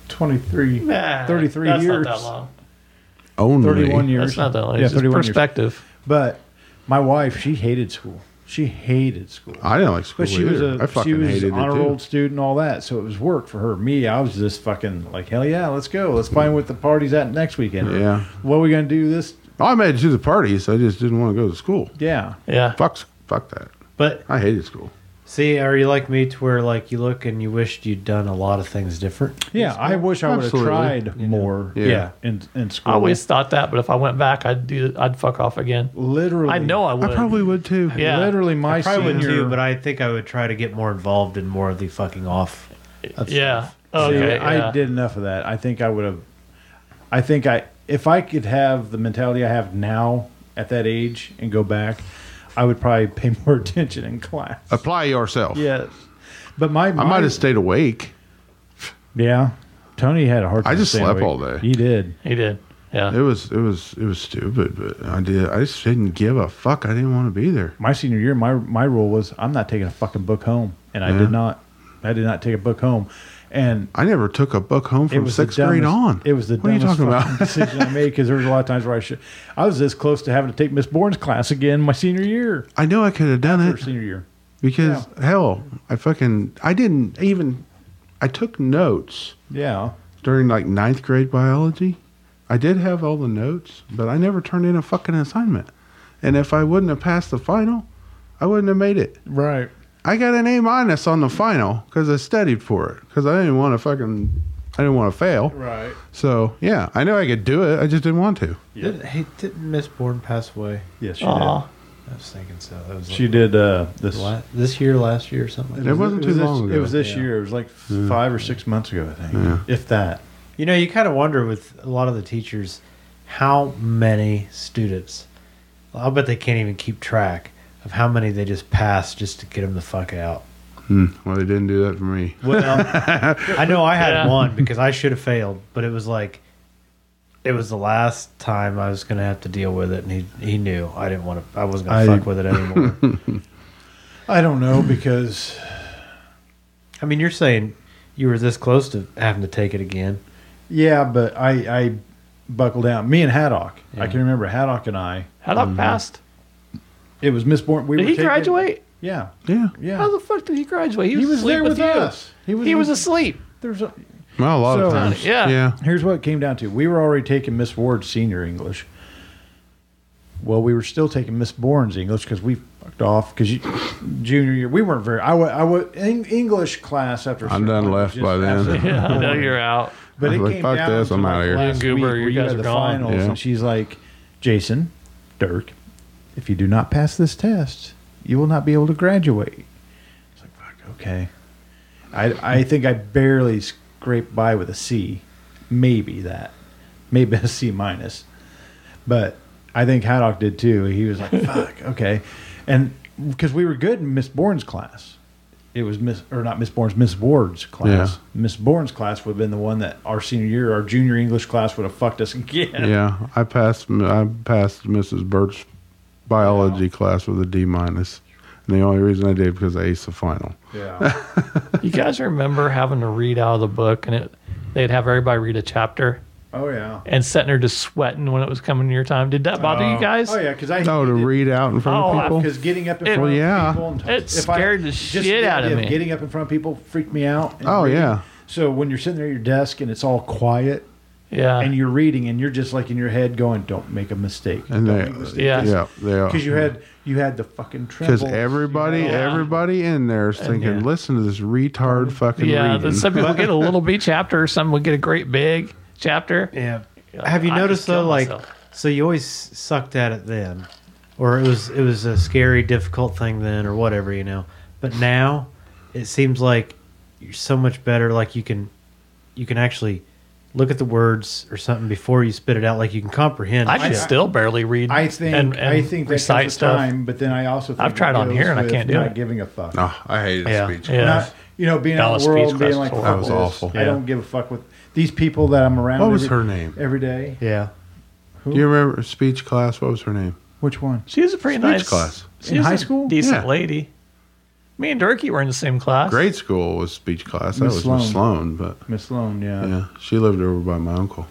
23, Nah, 33 that's years, Not that long. Only 31 years. That's not that long. It's Yeah, just 31 years. perspective. But my wife, she hated school. She hated school. I didn't like school But she was either. I a she fucking was hated an it honor too. roll student, and all that. So it was work for her. Me, I was just fucking like, hell yeah, let's go. Let's find what the party's at next weekend. Yeah. What are we gonna do this? I made it to the parties. I just didn't want to go to school. Yeah. Yeah. Fuck, s- fuck that. But I hated school. see, are you like me to where like you look and you wished you'd done a lot of things different? Yeah. I wish I would have Absolutely. tried more. Yeah. In in school. I always thought that, but if I went back, I'd do. I'd fuck off again. literally. I know I would. I probably would too. Yeah. Literally, my I probably would senior. too, but I think I would try to get more involved in more of the fucking off. Yeah. Okay. Yeah, I yeah. did enough of that. I think I would have. I think I, if I could have the mentality I have now at that age and go back, I would probably pay more attention in class. Apply yourself. Yes, but my, I might have stayed awake. Yeah, Tony had a hard. time I just staying slept awake. all day. He did. He did. Yeah. It was it was it was stupid, but I did. I just didn't give a fuck. I didn't want to be there. My senior year, my my rule was I'm not taking a fucking book home, and I Yeah. did not. I did not take a book home, and I never took a book home it from was the sixth grade dumbest- on. It was the what are you dumbest talking fucking about? decision I made because there was a lot of times where I should. I was this close to having to take Miss Bourne's class again my senior year. I know I could have done Her it senior year. because hell, I fucking I didn't even. I took notes Yeah. during like ninth grade biology. I did have all the notes, but I never turned in a fucking assignment. And if I wouldn't have passed the final, I wouldn't have made it. Right. I got an A minus on the final because I studied for it because I didn't want to fucking, I didn't want to fail. Right. So yeah, I knew I could do it. I just didn't want to. Didn't, hey, didn't Miss Bourne pass away? Yes, she Aw. I was thinking so. That was did. She did uh, this. like la- this year, last year, or something. Like It wasn't too this- long ago. Hmm. It was this Yeah. year. It was like five or six months ago, I think, Yeah. if that. You know, you kind of wonder with a lot of the teachers how many students. I'll bet they can't even keep track of how many they just pass just to get them the fuck out. Hmm. Well, they didn't do that for me. Well, I know I had Yeah. one because I should have failed, but it was like it was the last time I was going to have to deal with it, and he he knew I didn't want to. I wasn't going I- to fuck with it anymore. I don't know because I mean, you're saying you were this close to having to take it again. yeah, but I I buckled down. Me and Haddock. I Yeah. can remember Haddock and I. Haddock passed. It was Miss Born. We Did Mm-hmm. were he taking- graduate? Yeah, Yeah. yeah. How the fuck did he graduate? He was, he was asleep there with, with, you. us. He was asleep. There's a, Well, a lot of So- times. Yeah. Yeah. here's what it came down to. We were already taking Miss Ward's senior English. Well, we were still taking Miss Bourne's English because we fucked off because junior year we weren't very. I wa I wa Eng- English class after. a certain I'm done point was left just by then. absolutely Yeah, I know you're out. But I it was like, came "Fuck down this, to I'm like outta here." last Goober, week you where guys had are the gone. finals, Yeah. and she's like, "Jason, Dirk, if you do not pass this test, you will not be able to graduate." It's like, "Fuck, okay." I I think I barely scraped by with a C, maybe that, maybe a C minus, but I think Haddock did too. He was like, "Fuck, okay," and because we were good in Miss Bourne's class, it was Miss or not Miss Bourne's Miss Ward's class. Miss Bourne's class would have been the one that our senior year, our junior English class would have fucked us again. Yeah, I passed. I passed Mrs. Burt's biology class with a D minus, and the only reason I did because I aced the final. yeah. You guys remember having to read out of the book, and it they'd have everybody read a chapter, Oh yeah. and sitting there just sweating when it was coming to your time. Did that bother you guys? Oh yeah, because I No, to read out in front Oh, of I- people. because getting up in It- front Well, of yeah. people and It if I- scared the just shit out of idea me. Getting up in front of people freaked me out. and Oh, reading. yeah. So when you're sitting there at your desk and it's all quiet Yeah. and you're reading and you're just like in your head going, "Don't make a mistake." don't And they, make a mistake." Yeah. yeah, yeah, they are. Because you had you had the fucking Because trembles. everybody, you had- everybody in there is thinking, yeah. "Listen to this retard fucking yeah, reading." that some people get a little big chapter, some would get a great big chapter. Yeah. Yeah, Have you I noticed just though, kill like, myself. so you always sucked at it then, or it was it was a scary, difficult thing then, or whatever, you know. But now, it seems like you're so much better. Like you can, you can actually look at the words or something before you spit it out. Like you can comprehend. I it. can still barely read. I think and- and I think that recite comes with stuff. time, but then I also think I've tried it on deals here and I with can't do not it. giving a fuck. Oh, I hated Yeah, speech. yeah. Not- you know, being out in Dallas the world, speech being class like, was "Fuck horrible. That was this. awful. I Yeah. don't give a fuck with these people that I'm around. What was her name? Every day. Yeah. Do you remember speech class? What was her name? Which one? she was a pretty nice class. She In was high a school? decent Yeah. lady. Me and Durkee were in the same class. Grade school was speech class. That Miss was Miss Sloan. Sloan, but Miss Sloan. Yeah. yeah. yeah, she lived over by my uncle.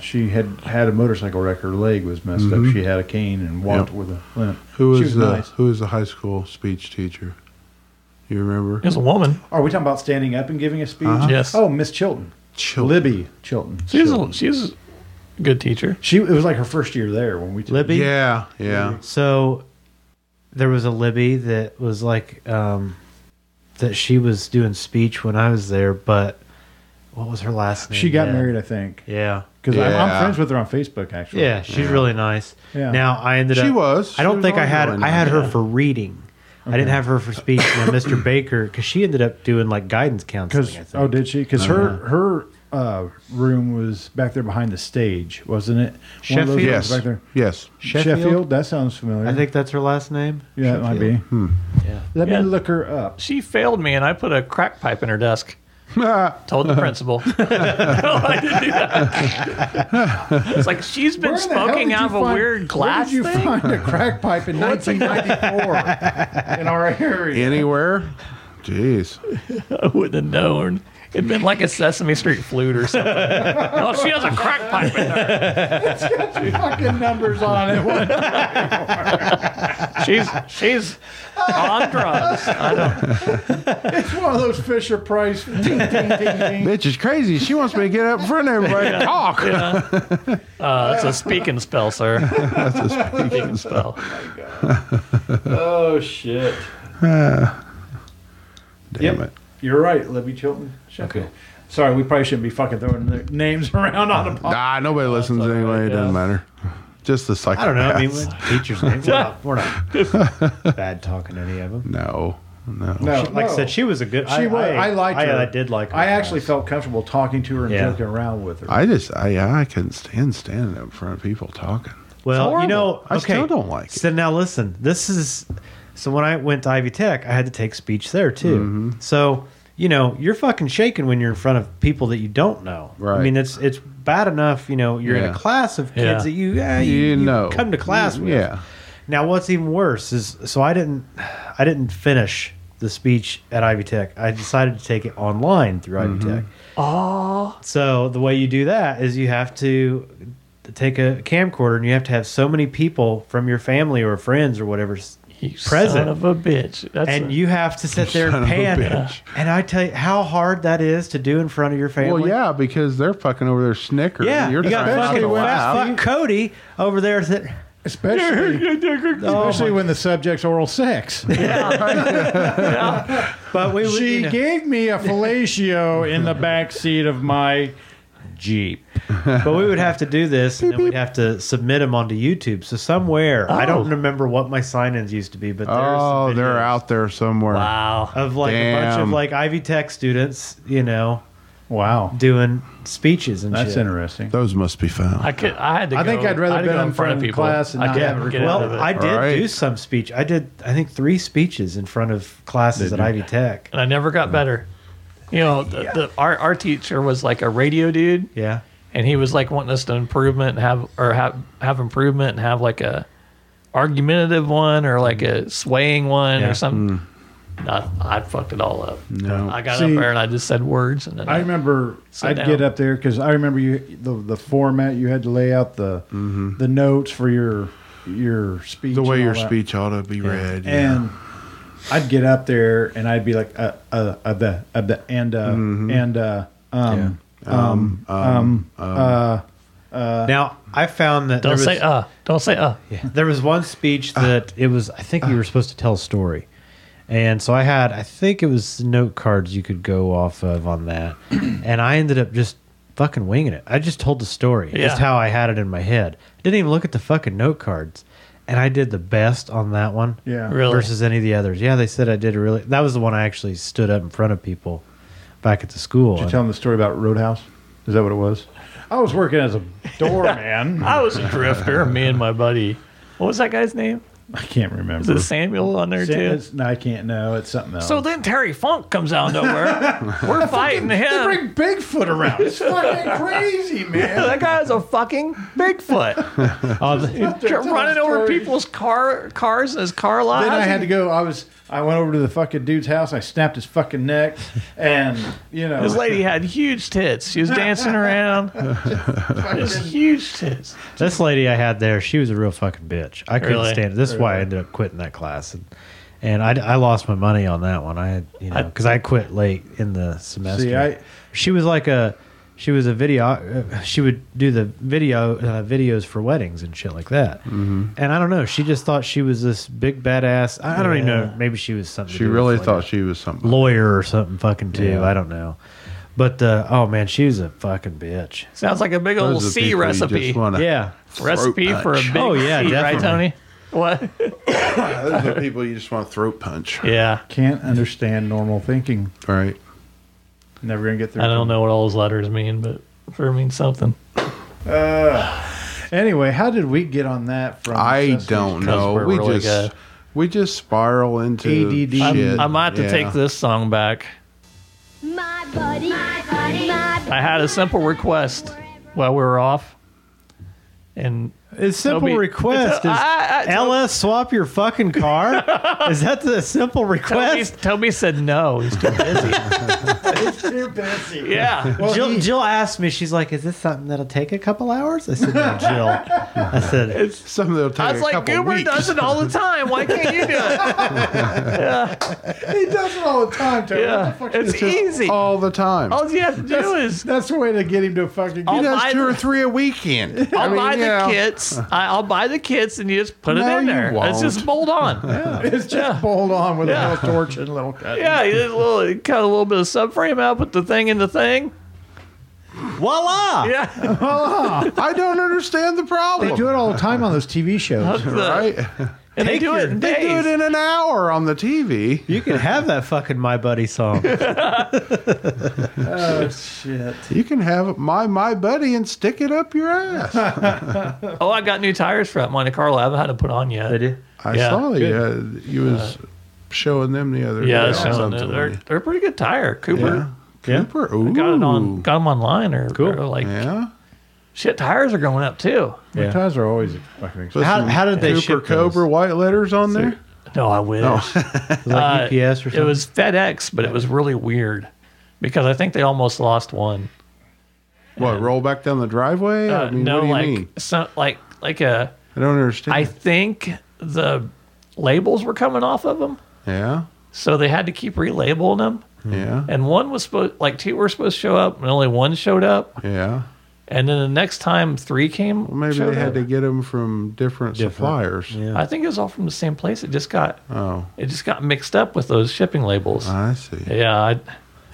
She had had a motorcycle wreck. Her leg was messed up. She had a cane and walked Mm-hmm. Yep. with a limp. Who she was was, uh, the nice. Who was the high school speech teacher? You remember? It was a woman. Are we talking about standing up and giving a speech? Uh-huh. Yes. Oh, Miss Chilton. Chil- Libby Chilton. She was a, she was a good teacher. She. It was like her first year there when we. took- Libby. Yeah, yeah. So there was a Libby that was like um that she was doing speech when I was there, but what was her last name? She got Yeah. married, I think. Yeah. Because I'm, Yeah. friends with her on Facebook, actually. Yeah, she's really nice. Yeah. Now I ended up. She was. I don't She was think I always had. really I had nice. her for reading. I didn't have her for speech. Now Mr. Baker, because she ended up doing like guidance counseling. I Because think. Uh-huh. oh, did she? Because her her uh, room was back there behind the stage, wasn't it? One of Sheffield? those rooms Yes. back there. Yes. Sheffield? Sheffield? That sounds familiar. I think that's her last name. yeah, it might be. Yeah. Let Yeah. me look her up. She failed me, and I put a crack pipe in her desk. Ah, Told the principal. no, I didn't do that. it's like she's been Where the hell smoking did you out of a find- weird glass Where did you thing. find a crack pipe in 1994 in our area? anywhere? Jeez. I wouldn't have known. It'd been like a Sesame Street flute or something. oh, she has a crack pipe in her. Fucking numbers on it. What- She's she's on drugs. I don't. It's one of those Fisher Price. Ding, ding, ding, ding. Bitch is crazy. She wants me to get up in front of everybody and talk. Uh, it's a speaking spell, sir. That's a Speaking speaking spell. Oh shit! Damn Ah. Yep. it. You're right, Libby Chilton. Okay. Sorry, we probably shouldn't be fucking throwing their names around Uh, on a podcast. Nah, nobody listens all right, anyway. It yeah. doesn't matter. Just the psychopaths. I don't know. I mean, like, teachers' names. We're not, we're not bad talking any of them. no, no. No, Like I said, she was a good. She was. I, liked her. I, I did like her. I actually class. felt comfortable talking to her and Yeah. joking around with her. I just, I, I couldn't stand standing in front of people talking. Well, you horrible. know, okay. I still don't like it. So now listen, this is so when I went to Ivy Tech, I had to take speech there too. Mm-hmm. So you know, you're fucking shaking when you're in front of people that you don't know. Right. I mean, it's it's bad enough. You know, you're in Yeah. a class of kids Yeah. that you, yeah, you, You you know. come to class with. Yeah. Now, what's even worse is so I didn't I didn't finish the speech at Ivy Tech. I decided to take it online through Ivy Tech. Oh. So the way you do that is you have to take a camcorder and you have to have so many people from your family or friends or whatever s- You son present. of a bitch. That's and a- you have to sit there son and of a pan. bitch. And I tell you how hard that is to do in front of your family. Well, yeah, because they're fucking over there snickering. Yeah, You're you got trying not fucking to laugh. fat fuck Cody over there. That, especially Oh especially when the subject's oral sex. Oh, but we, we she you know. gave me a fellatio in the back seat of my Jeep. But we would have to do this, and then we'd have to submit them onto YouTube. So somewhere, I don't remember what my sign-ins used to be, but there's Oh, some they're videos out there somewhere. wow. of like a bunch of Damn. like Ivy Tech students, you know, Wow, doing speeches and that's shit. interesting. Those must be found. I could. I had to. I think go- I'd rather I had to been go in front of people. class and I not can't have her get out of Well, it. I did All right. do some speech. I did, I think, three speeches in front of classes at Ivy Tech. and I never Mm. got better. You know, the, the, our our teacher was like a radio dude. Yeah, and he was like wanting us to improvement and have or have have improvement and have like a argumentative one or like Mm. a swaying one Yeah. or something. No, I, fucked it all up. No. I got See, up there and I just said words and then I I, remember Sit I'd down. get up there because I remember you the the format you had to lay out the the notes for your your speech. the way and your all that. speech ought to be read. yeah. and I'd get up there and I'd be like uh uh, uh the uh, the and uh and uh um now I found that there don't was, say uh, don't say uh. There was one speech Uh. that it was. I think you were supposed to tell a story, and so I had. I think it was note cards you could go off of on that, and I ended up just fucking winging it. I just told the story, just Yeah. how I had it in my head. Didn't even look at the fucking note cards, and I did the best on that one. yeah Really? Versus any of the others. Yeah, they said I did a really. That was the one I actually stood up in front of people back at the school. Did you tell them the story about Roadhouse? Is that what it was? I was working as a doorman. I I was a drifter. me and my buddy. What was that guy's name? can't Is remember. it Samuel on there Sa- too? it's- no, I can't know. It's something else. So then Terry Funk comes out of nowhere. We're fighting they him. bring Bigfoot around. It's fucking crazy, man. That guy is a fucking Bigfoot. Uh, running over stories. people's car cars in his car lot. Then I had to go. I was. I went over to the fucking dude's house. I snapped his fucking neck, and you know, This lady had huge tits. She was dancing around. Just huge tits. This lady I had there, she was a real fucking bitch. I couldn't Really? stand it. This is why I ended up quitting that class, and and I, I lost my money on that one. I had you know because I quit late in the semester. See, I- she was like a she was a video. uh, She would do the video uh, videos for weddings and shit like that. Mm-hmm. And I don't know. She just thought she was this big badass. I, I don't even know. Maybe she was something. to she do with, really like, thought she was something. lawyer or something fucking too. Yeah. I don't know. But uh, oh man, she was a fucking bitch. Sounds like a big Those old are the C people you recipe. just wanna- Yeah. Recipe throat for a punch. big Oh, yeah, C, definitely. right, Tony? What? Those are the people you just want to throat punch. Yeah. can't understand normal thinking. All right. Never gonna get through. I don't know what all those letters mean, but sure means something. Anyway, how did we get on that from? I Sesame don't Street? know. we're We really just good. we just spiral into ADD. shit. I'm- I might have to Yeah. take this song back. My buddy, my buddy, my buddy. I had a simple request while we were off, and It's simple Toby- request. It's a- is I- I- Toby- LS swap your fucking car? is that the simple Toby, request? Toby said no. He's too busy. Too busy. yeah. Jill, Jill asked me, she's like, "Is this something that'll take a couple hours?" I said, "No, Jill." I said, Something that'll take I was a like, couple Goober weeks. does it all the time. Why can't you do it? He does it all the time, Toby. Yeah. What the fuck is It's e- this? easy. All all the time. you have to do is That's the way to get him to fucking. I'll he buy does two the- or three a weekend. I'll buy you know. the kits. I, I'll buy the kits, and you just put No, it in you there. It's just won't. bolt on. it's just bolt on with Yeah. a little torch and a little cut. Yeah, you just little, you cut a little bit of subframe out, put the thing in the thing. "Voila!" Yeah, I don't understand the problem. They do it all the time on those TV shows. The- right? and they Take do your- it in They days. do it in an hour on the TV. You can have that fucking my buddy song. Oh shit! You can have my my buddy and stick it up your ass. oh, I got new tires for that Monte Carlo. I haven't had to put on yet. I Yeah, saw you. Uh, you was showing them the other Yeah, day. it's or showing that something. they're they're a pretty good tire. Yeah. Cooper Cooper. Ooh. got it on, got them online or, or like Yeah. shit. Tires are going up too. The Tires are always fucking. expensive. Put How- some how did they Cooper ship those? Cobra white letters on there? No, I wish. like UPS or Uh, It something. was FedEx, but it was really weird because I think they almost lost one. What? Roll back down the driveway? Uh, I mean, no, what do you like mean? some like like a. I don't understand. I think the labels were coming off of them, yeah. so they had to keep relabeling them. Yeah. And one was supposed, like two were supposed to show up, and only one showed up. Yeah. And then the next time, three came. Well, maybe showed they had up. to get them from different, suppliers. Yeah. I think it was all from the same place. It just got Oh, it just got mixed up with those shipping labels. I see. yeah, I,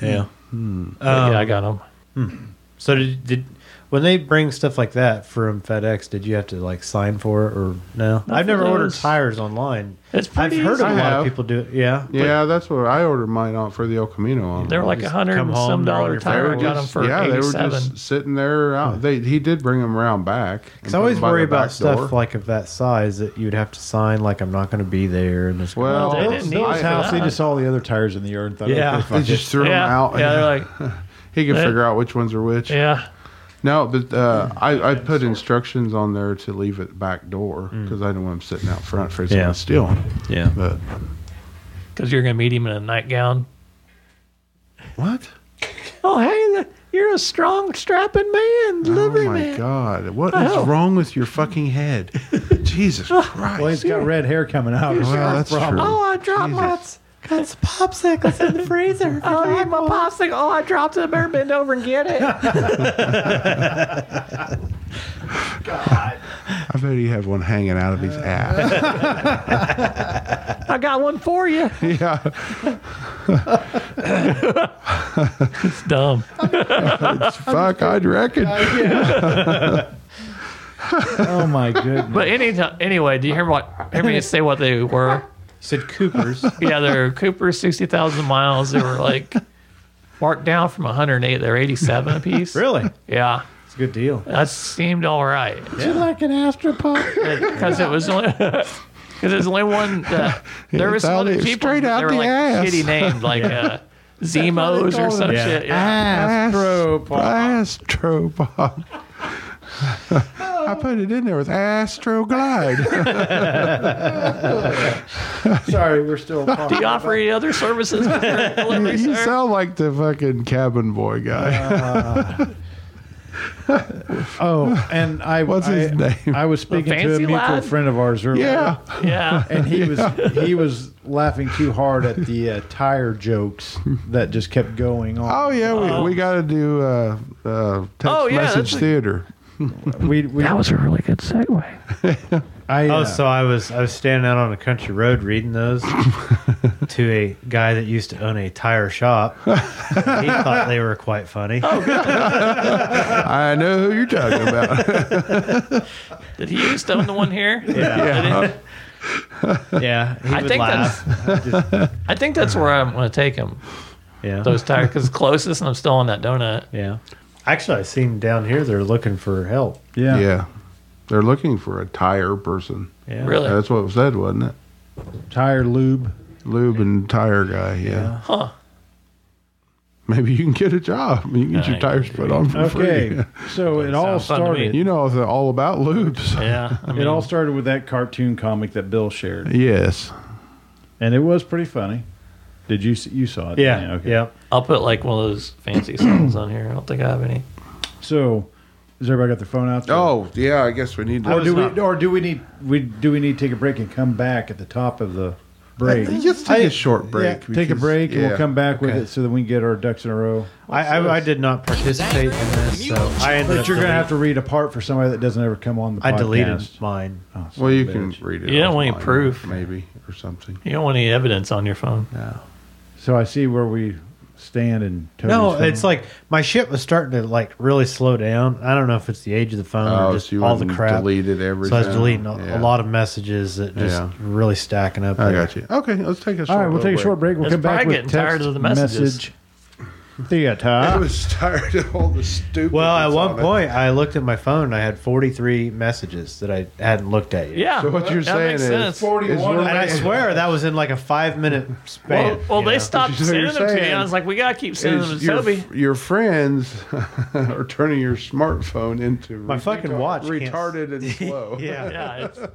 Yeah. but yeah, I got them. So did, did when they bring stuff like that from FedEx, did you have to like sign for it or no? I've never for ordered those. tires online. It's I've pretty. heard of easy. a I lot have. of people do it. Yeah. Yeah, that's what I ordered mine on for the El Camino on. They were like a Just hundred come and home, some they're on dollar your tire. I phone. got them for yeah, they were eighty-seven. Hmm. just sitting there. Out. They he did bring them around back. Because I always worry about stuff Like, like of that size that you'd have to sign, like I'm not going to be there. And it's well, They they, didn't need Bill's it for house, they that. just saw all the other tires in the yard and thought, Yeah. okay, fuck it. just threw them yeah, out. yeah, they're like he could they- figure out which ones are which. yeah. No, but uh, I, I put instructions on there to leave at the back door because I didn't want him sitting out front for someone Yeah. to steal 'em. yeah. But Because you're going to meet him in a nightgown. what? Oh, hey, the, you're a strong, strapping man, delivery oh my man. God! What is hell? wrong with your fucking head? Jesus Christ! Well, he's got red hair coming out. Well, that's true. Oh, I dropped my, Got some popsicles in the freezer. oh, yeah, my popsicle. Oh, I dropped it. I better bend over and get it. I bet you have one hanging out of his ass. I got one for you. yeah. It's dumb. Fuck, I'd reckon. Oh my goodness. But any anyway, do you hear what? Hear me say what they were? Said Cooper's. Yeah, they're Cooper sixty thousand miles. They were like marked down from one hundred eight. They're eighty seven apiece. really? Yeah, It's a good deal. that seemed all right you like an astropop? because it was only. Because there's only one. That, there was some out- other it's people. straight out they were the like ass. shitty named, like uh, Zemos or some Yeah. shit. Ah. Yeah. Astropod. I put it in there with Astroglide. Sorry, we're still. Do you offer any other services? for delivery, you sir? sound like the fucking cabin boy guy. Oh, and I. What's I, his name? I was speaking to a fancy mutual lad? friend of ours earlier. yeah. Yeah. And he was he was laughing too hard at the uh, tire jokes that just kept going Oh on. yeah, we, we got to do uh, uh, text Oh, yeah, message that's a- theater. Oh. we, we That was a really good segue. I, uh, Oh, so I was I was standing out on a country road reading those to a guy that used to own a tire shop. He thought they were quite funny. I know who you're talking about. Did he use to own the one here? Uh, Yeah, yeah. He I would think laugh. I think that's where I'm going to take him. Yeah, Those tires, because closest, and I'm still on that donut. yeah. Actually, I seen down here they're looking for help. yeah. yeah. they're looking for a tire person. Yeah, Really? That's what was said, wasn't it? tire lube. Lube and tire guy. Yeah. Huh. I maybe you can get a job. You can get your I tires put on for free. Okay, so it all Sounds fun to started. me. You know, they're all about loops. Yeah. I mean, It all started with that cartoon comic that Bill shared, Yes. and it was pretty funny. Did you see, you saw it? Yeah. Okay. Yep. I'll put like one of those fancy songs on here. I don't think I have any. So, has everybody got their phone out? there? Oh, yeah. I guess we need to. Or do not- we? Or do we need? We do we need to take a break and come back at the top of the break? Let's take a short break. Yeah, take a because- break, and yeah. we'll come back with Okay. it so that we can get our ducks in a row. I, I, I did not participate in this, so I ended But up you're going to delete- have to read a part for somebody that doesn't ever come on the I podcast. deleted mine. Oh, Well, you bitch. can read it. You don't want any offline, proof. Maybe, or something. You don't want any evidence on your phone. No. So I see where we stand in Tony's No, phone. it's like my shit was starting to like really slow down. I don't know if it's the age of the phone Oh, or just so you all the went and crap. deleted So I was everything. deleting a, Yeah. a lot of messages that just Yeah. really stacking up. I there. got you. Okay, let's take a short all right. We'll take a short break. We'll It's come back probably with getting text tired of the messages. message I theater. was tired of all the stupid. Well, at that's one on it. point, I looked at my phone and I had 43 messages that I hadn't looked at yet. Yeah. So what you're that saying makes is sense. 41 And I swear that was in like a five minute span. Well, well you they know? stopped So sending you're them to me. saying I was like, we gotta keep sending them is to your, Toby. your friends are turning your smartphone into My fucking watch can't- retarded and slow. Yeah. Yeah, it's, it's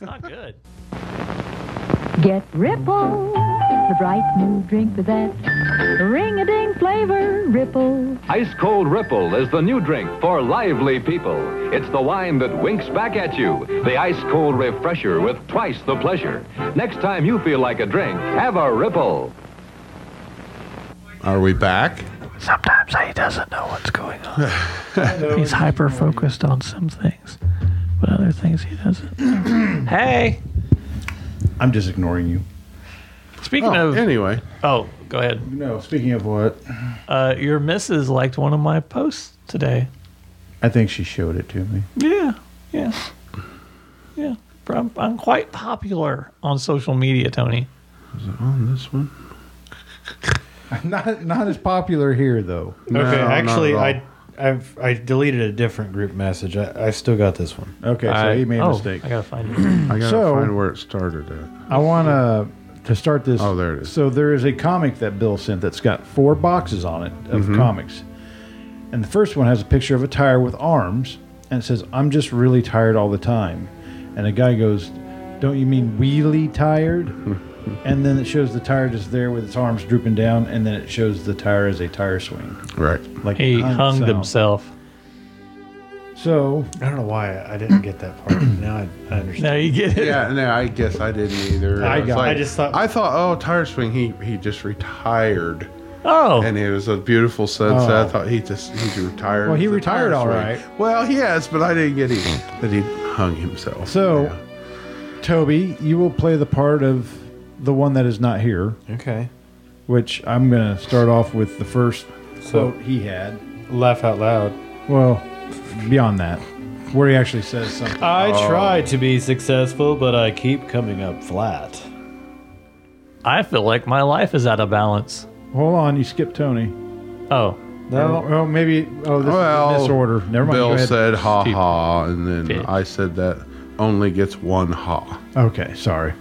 not good. Get Ripple, the bright new drink with that ring-a-ding flavor. Ripple. Ice Cold Ripple is the new drink for lively people. It's the wine that winks back at you, the ice cold refresher with twice the pleasure. Next time you feel like a drink, have a Ripple. Are we back? Sometimes he doesn't know what's going on. He's hyper focused on some things, but other things he doesn't. hey, I'm just ignoring you. speaking Oh, of, anyway, oh, go ahead. No. Speaking of what, Uh, your missus liked one of my posts today. I think she showed it to me. Yeah, yeah, yeah. I'm, I'm quite popular on social media, Tony. on this one. Not not as popular here though. Okay, No, not actually, at all. I I've, I deleted a different group message. I, I still got this one. Okay, so he made a oh, mistake. I gotta find it. I gotta So- find where it started at. I want to to start this. Oh, there it is. So there is a comic that Bill sent that's got four boxes on it of Mm-hmm. comics, and the first one has a picture of a tire with arms, and it says, "I'm just really tired all the time," and a guy goes, "Don't you mean wheelie tired?" and then it shows the tire just there with its arms drooping down, and then it shows the tire as a tire swing. Right. Like He it hung himself. So I don't know why I didn't get that part. now I, I understand. Now you get it. Yeah. No, I guess I didn't either. I was got- I just thought- I thought, oh, tire swing. He he just retired. Oh, and it was a beautiful sunset. Oh. I thought he just he's retired. Well, he It's a retired tire all swing. right. Well, yes, but I didn't get he that he hung himself. So- Yeah. Toby, you will play the part of the one that is not here. Okay. which I'm going to start off with the first So- quote he had. Laugh out loud. Well, beyond that, where he actually says something. I try to be successful, but I keep coming up flat. I feel like my life is out of balance. Hold on, you skipped Tony. Oh, No, well, maybe. Oh, this well, is in this order. Never mind. go Bill ahead. said ha ha, and then Bitch. I said that only gets one ha. Okay, sorry.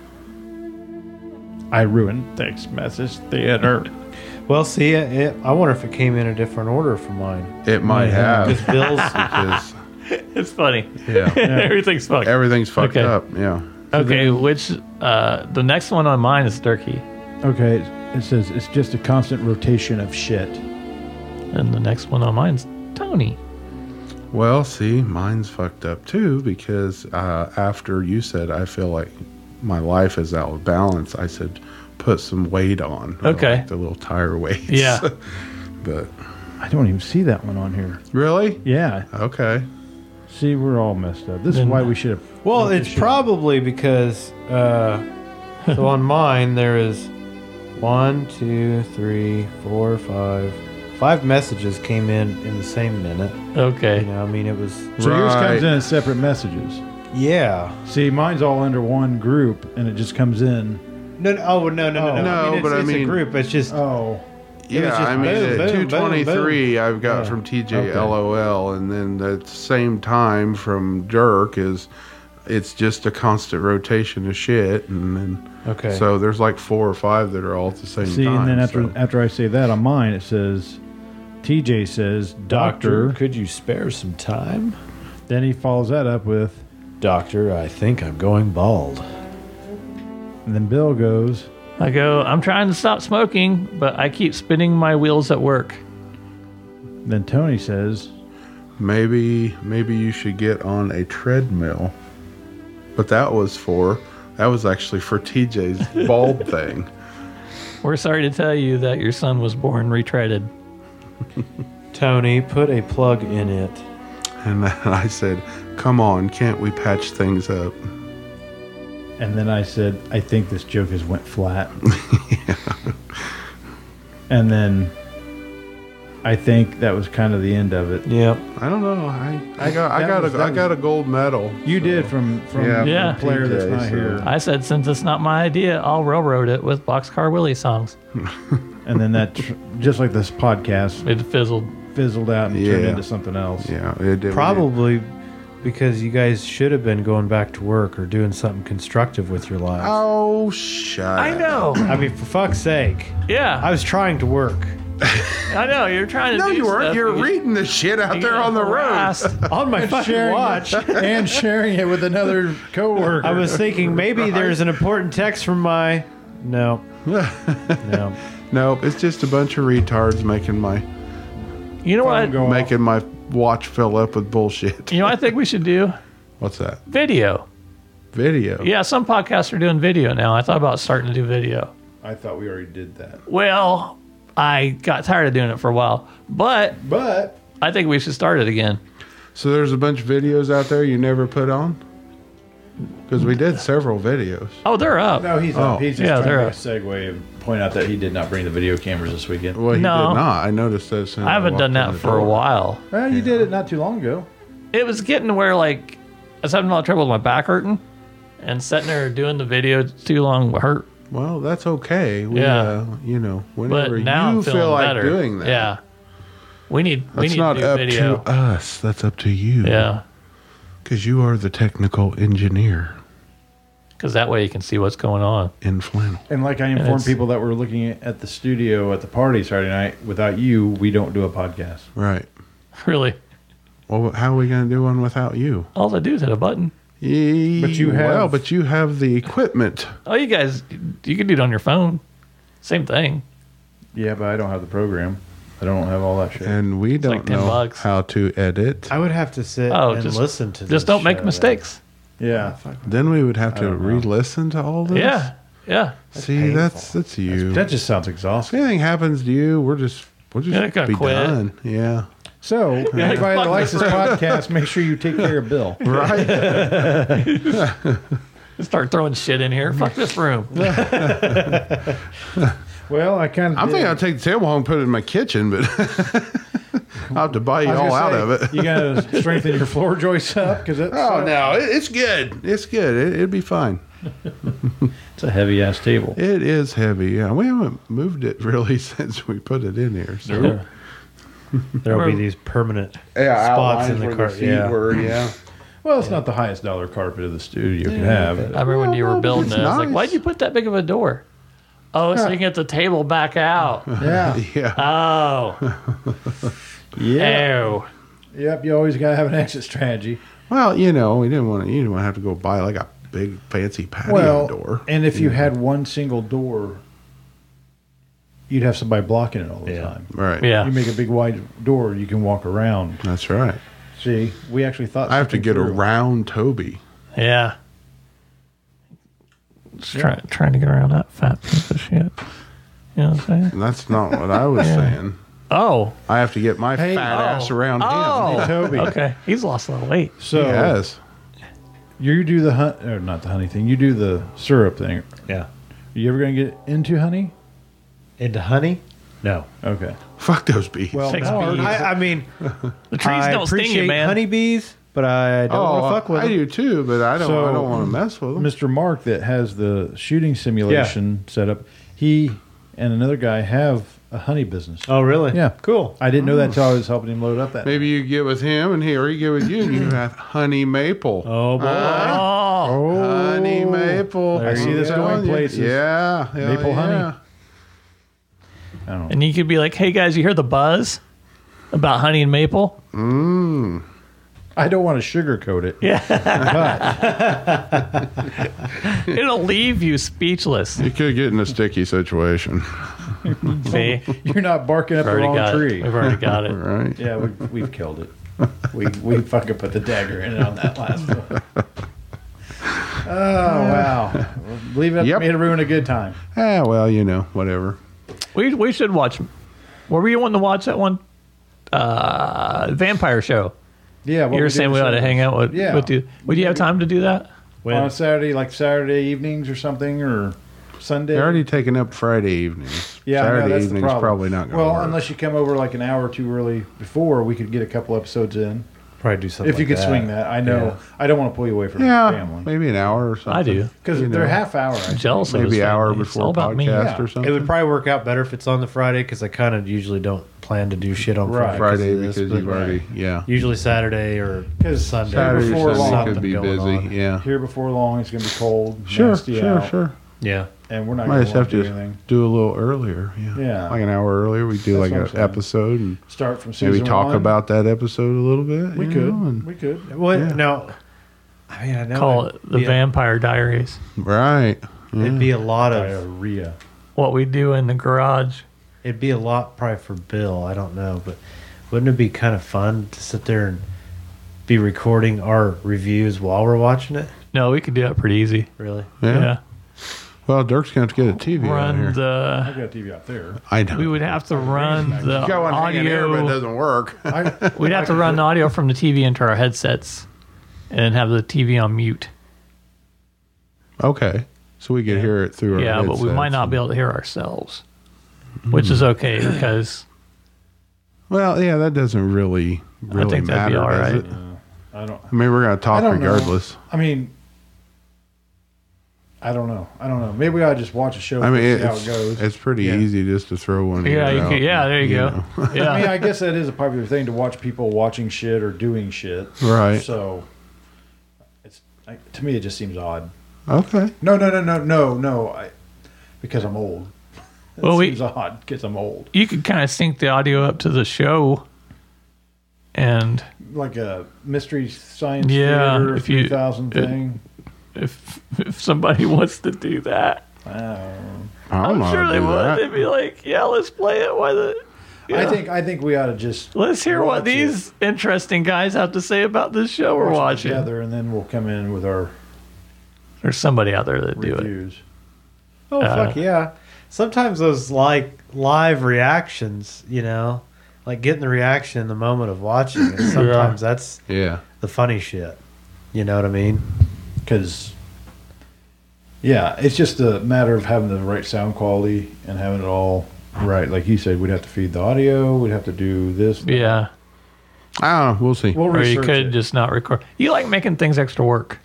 I ruined text message theater. Well, see, uh, it, it, I wonder if it came in a different order from mine. It might Because have Bill's. because it's funny. yeah, Everything's fucked. everything's fucked Okay. up. Yeah, okay, which uh, the next one on mine is turkey, Okay, it says it's just a constant rotation of shit. and the next one on mine's Tony. Well, see, mine's fucked up too because uh, after you said, I feel like my life is out of balance, I said, put some weight on. Okay. Like the little tire weights. Yeah. but I don't even see that one on here. really? Yeah. Okay. See, we're all messed up. This is why we should have. Well, it's probably because. Uh, so on mine, there is one, two, three, four, five. Five messages came in in the same minute. You Okay, know, I mean, it was. So yours Right. comes in as separate messages. Yeah. See, mine's all under one group, and it just comes in. No, no oh, no, no, no, no. No, it's, but I it's a mean- Uh, group. It's just. Oh, Yeah, just I mean, boom, at boom, boom, 223, I've got Yeah. from TJ Okay. LOL, and then at the same time from Dirk is it's just a constant rotation of shit, and then Okay. So there's like four or five that are all at the same See, time. and then after so- after I say that on mine, it says TJ says doctor. could you spare some time? Then he follows that up with, Doctor, I think I'm going bald. and then Bill goes, I go, I'm trying to stop smoking, but I keep spinning my wheels at work. then Tony says, maybe maybe you should get on a treadmill. But that was for that was actually for TJ's bald thing. We're sorry to tell you that your son was born retreaded. Tony, put a plug in it. And then I said, "Come on, can't we patch things up?" and then I said, I think this joke has went flat. And then I think that was kind of the end of it. Yep. I don't know. I, I got I That got was- a that I was- got a gold medal. You did from from Yeah, the Yeah. player that's TJ, not so- here, I said, since it's not my idea, I'll railroad it with Boxcar Willie songs. and then that tr- just like this podcast It fizzled. fizzled out and turned Yeah. into something else. Yeah, it, it Probably because you guys should have been going back to work or doing something constructive with your lives. Oh shut! I know. I mean, for fuck's sake. I Yeah, was trying to work. I know. You're trying to. No, do you stuff, weren't. You're but you- reading the shit out you there get on the road. harassed. On my fucking sharing watch. and sharing it with another coworker. I was thinking maybe there's an important text from my. No. no. Nope, it's just a bunch of retards making my You know what? Go off. making my watch fill up with bullshit. You know what I think we should do? What's that? Video. Video. Yeah, some podcasts are doing video now. I thought about starting to do video. I thought we already did that, Well, I got tired of doing it for a while, but but I think we should start it again. So there's a bunch of videos out there you never put on? Because we did several videos. Oh, they're up. no, he's Oh. not. He's just Yeah, trying to they're make a segue and point out that he did not bring the video cameras this weekend. Well, he No. did not. I noticed that. as soon as I haven't walked done in that the for a door. while. Well, you did it not too long ago. It was getting to where like I was having a lot of trouble with my back hurting, and sitting there doing the video too long hurt. Well, that's okay. We, Yeah. uh, you know, But whenever now you I'm feeling feel like better. doing that. Yeah, we need we That's need not to do up video. to us. That's up to you. Yeah, Because you are the technical engineer because that way you can see what's going on. in flannel. And like I informed it's- people that were looking at the studio at the party Saturday night, without you, we don't do a podcast. Right. Really, Well, how are we going to do one without you? all I do is hit a button. But you Well, have- but you have the equipment. Oh, you guys, you can do it on your phone. Same thing. Yeah, but I don't have the program. I don't have all that shit. And we don't like 10 know bucks. how to edit. I would have to sit Oh, and just- listen to this. Just don't make show. mistakes. yeah, Then we would have to don't know. re-listen to all this. Yeah, yeah. See, painful. that's that's you. that just sounds if exhausting. anything happens to you, we're just we're just Yeah, gotta be quit. done. Yeah. So anybody fuck that likes this this podcast, make sure you take care of Bill. Right. Start throwing shit in here. Fuck this room. Well, I kind of. I'm thinking I'll take the table home and put it in my kitchen, but I'll have to buy you all out of it. you gotta strengthen your floor joists up because it's uh, Oh no, it, it's good. It's good. It, it'd be fine. it's a heavy ass table. It is heavy. Yeah, we haven't moved it really since we put it in here. So There'll be these permanent spots in the car. Yeah. yeah. Well, it's not the highest dollar carpet of the studio you can have. I remember when you Well, were no, but building it's it. I was like, nice. why'd you put that big of a door? Oh, so you can get the table back out. Yeah, Yeah. Oh, yeah, ew. yep. You always gotta have an exit strategy. Well, you know, we didn't want to. You didn't want to have to go buy like a big fancy patio Well, door. and if you had one single door, you'd have somebody blocking it all the Yeah. time. right. You Yeah. make a big wide door, you can walk around. That's right. See, we actually thought I have to something get through. around Toby. Yeah. Just try, trying to get around that fat piece of shit. You know what I'm saying? That's not what I was saying. Oh. I have to get my Hey. fat Oh. ass around him. Oh. Toby. Okay. He's lost a lot of weight. So Yes. you do the hunt, or not the honey thing. You do the syrup thing. Yeah. You ever gonna get into honey? Into honey? No. Okay. Fuck those bees. Well, Six now- bees. I, I mean, The trees I don't appreciate sting you, man. honeybees, but I don't oh, want to fuck with I them. do too, but I don't. I So- don't want to mess with them. Mr. Mark that has the shooting simulation set up, he and another guy have a honey business. Oh, really? Yeah. Cool. Oh. I didn't know that until I was helping him load up that. Maybe you get with him and here you get with you and you have honey maple. Oh, boy. oh. Honey maple. There I see you this go. going places. Yeah. hell Maple honey. yeah. And you could be like, hey guys, you hear the buzz about honey and maple? I don't want to sugarcoat it. It'll leave you speechless. You could get in a sticky situation, See? You're not barking up We've the already wrong got tree. it. We've already got it. right? Yeah, we, we've killed it. We we fucking put the dagger in it on that last one. Oh wow! Leave it up Yep. to me to ruin a good time. Ah, well, you know, whatever. We we should watch. Were we wanting to watch that one? Uh, vampire show. Yeah, what you were do saying we ought to Saturdays. hang out with. Yeah. With you. Would you have time to do that? on a Saturday, like Saturday evenings or something, or Sunday. They're already taking up Friday evenings. yeah, I know, Saturday that's the evening's problem. probably not going to Well, work. unless you come over like an hour or two early before, we could get a couple episodes in. Probably do something. if you like could swing that, I know I don't want to pull you away from yeah, your family maybe an hour or something. I do. because you they're know. half hour. I think. Jealous of Maybe his an hour family. It's all before about me. podcast Yeah. or It something. It would probably work out better if it's on the Friday because I kind of usually don't plan to do shit on Right. Friday Friday of because this, you've but already, yeah. Usually Saturday or 'Cause Sunday. Saturday, Before Sunday long. could Something be going busy. on. Yeah. Here before long, it's going to be cold. Sure, nasty sure, out, sure. Yeah. And we're not Might going just to have do to anything. do a little earlier. Yeah. Yeah. Like an hour earlier. We do That's what I'm like an saying. episode and Start from season maybe talk one. about that episode a little bit. We you could. know, and- we could. Well, Yeah. now, I mean, I know Call it the yeah, Vampire Diaries. right. It'd be a lot of. Diarrhea. What we do in the garage. It'd be a lot probably for Bill. I don't know, but wouldn't it be kind of fun to sit there and be recording our reviews while we're watching it? No, we could do that pretty easy. Really? Yeah. Yeah. Well, Dirk's going to have to get a TV out Run here. I the. got TV out there. I know. We would have to run the Got one hanging here, but it audio. doesn't work. I, We'd have to run the audio from the TV into our headsets, and then have the TV on mute. okay. So we could hear it through our Yeah, but we might headsets. Hmm. not be able to hear ourselves, which is okay because Well, yeah, that doesn't really really I think that'd matter. be all does right. it? I don't. I mean, we're going to I talk don't know. regardless. I mean, I don't know. I don't know. Maybe I just watch a show. I mean, and see how it's, it goes. it's pretty Yeah. easy just to throw one. Yeah, ear you out could, yeah, and, there you, know. go. Yeah, I mean, I guess that is a popular thing to watch people watching shit or doing shit. Right. So, it's I, to me it just seems odd. Okay. No, no, no, no, no, no. I because I'm old. It Well, we- seems odd because I'm old. you could kind of sync the audio up to the show, and Like a mystery science Yeah, theater if you- three thousand it- thing. if if somebody wants to do that, Wow. I don't I'm know. sure how to they do would. that. They'd be like, "Yeah, let's play it." Why the? I Yeah. think I think we ought to just Let's hear watch what it these interesting guys have to say about this show we're watching. together, and then we'll come in with our There's somebody out there that do it. Uh, reviews. Oh fuck yeah! Sometimes those like live reactions, you know, like getting the reaction in the moment of watching it. Sometimes that's Yeah. the funny shit. You know what I mean? because yeah it's just a matter of having the right sound quality and having it all right like you said we'd have to feed the audio we'd have to do this Yeah, I don't know. We'll see. we'll or you research could it. just not record. You like making things extra work.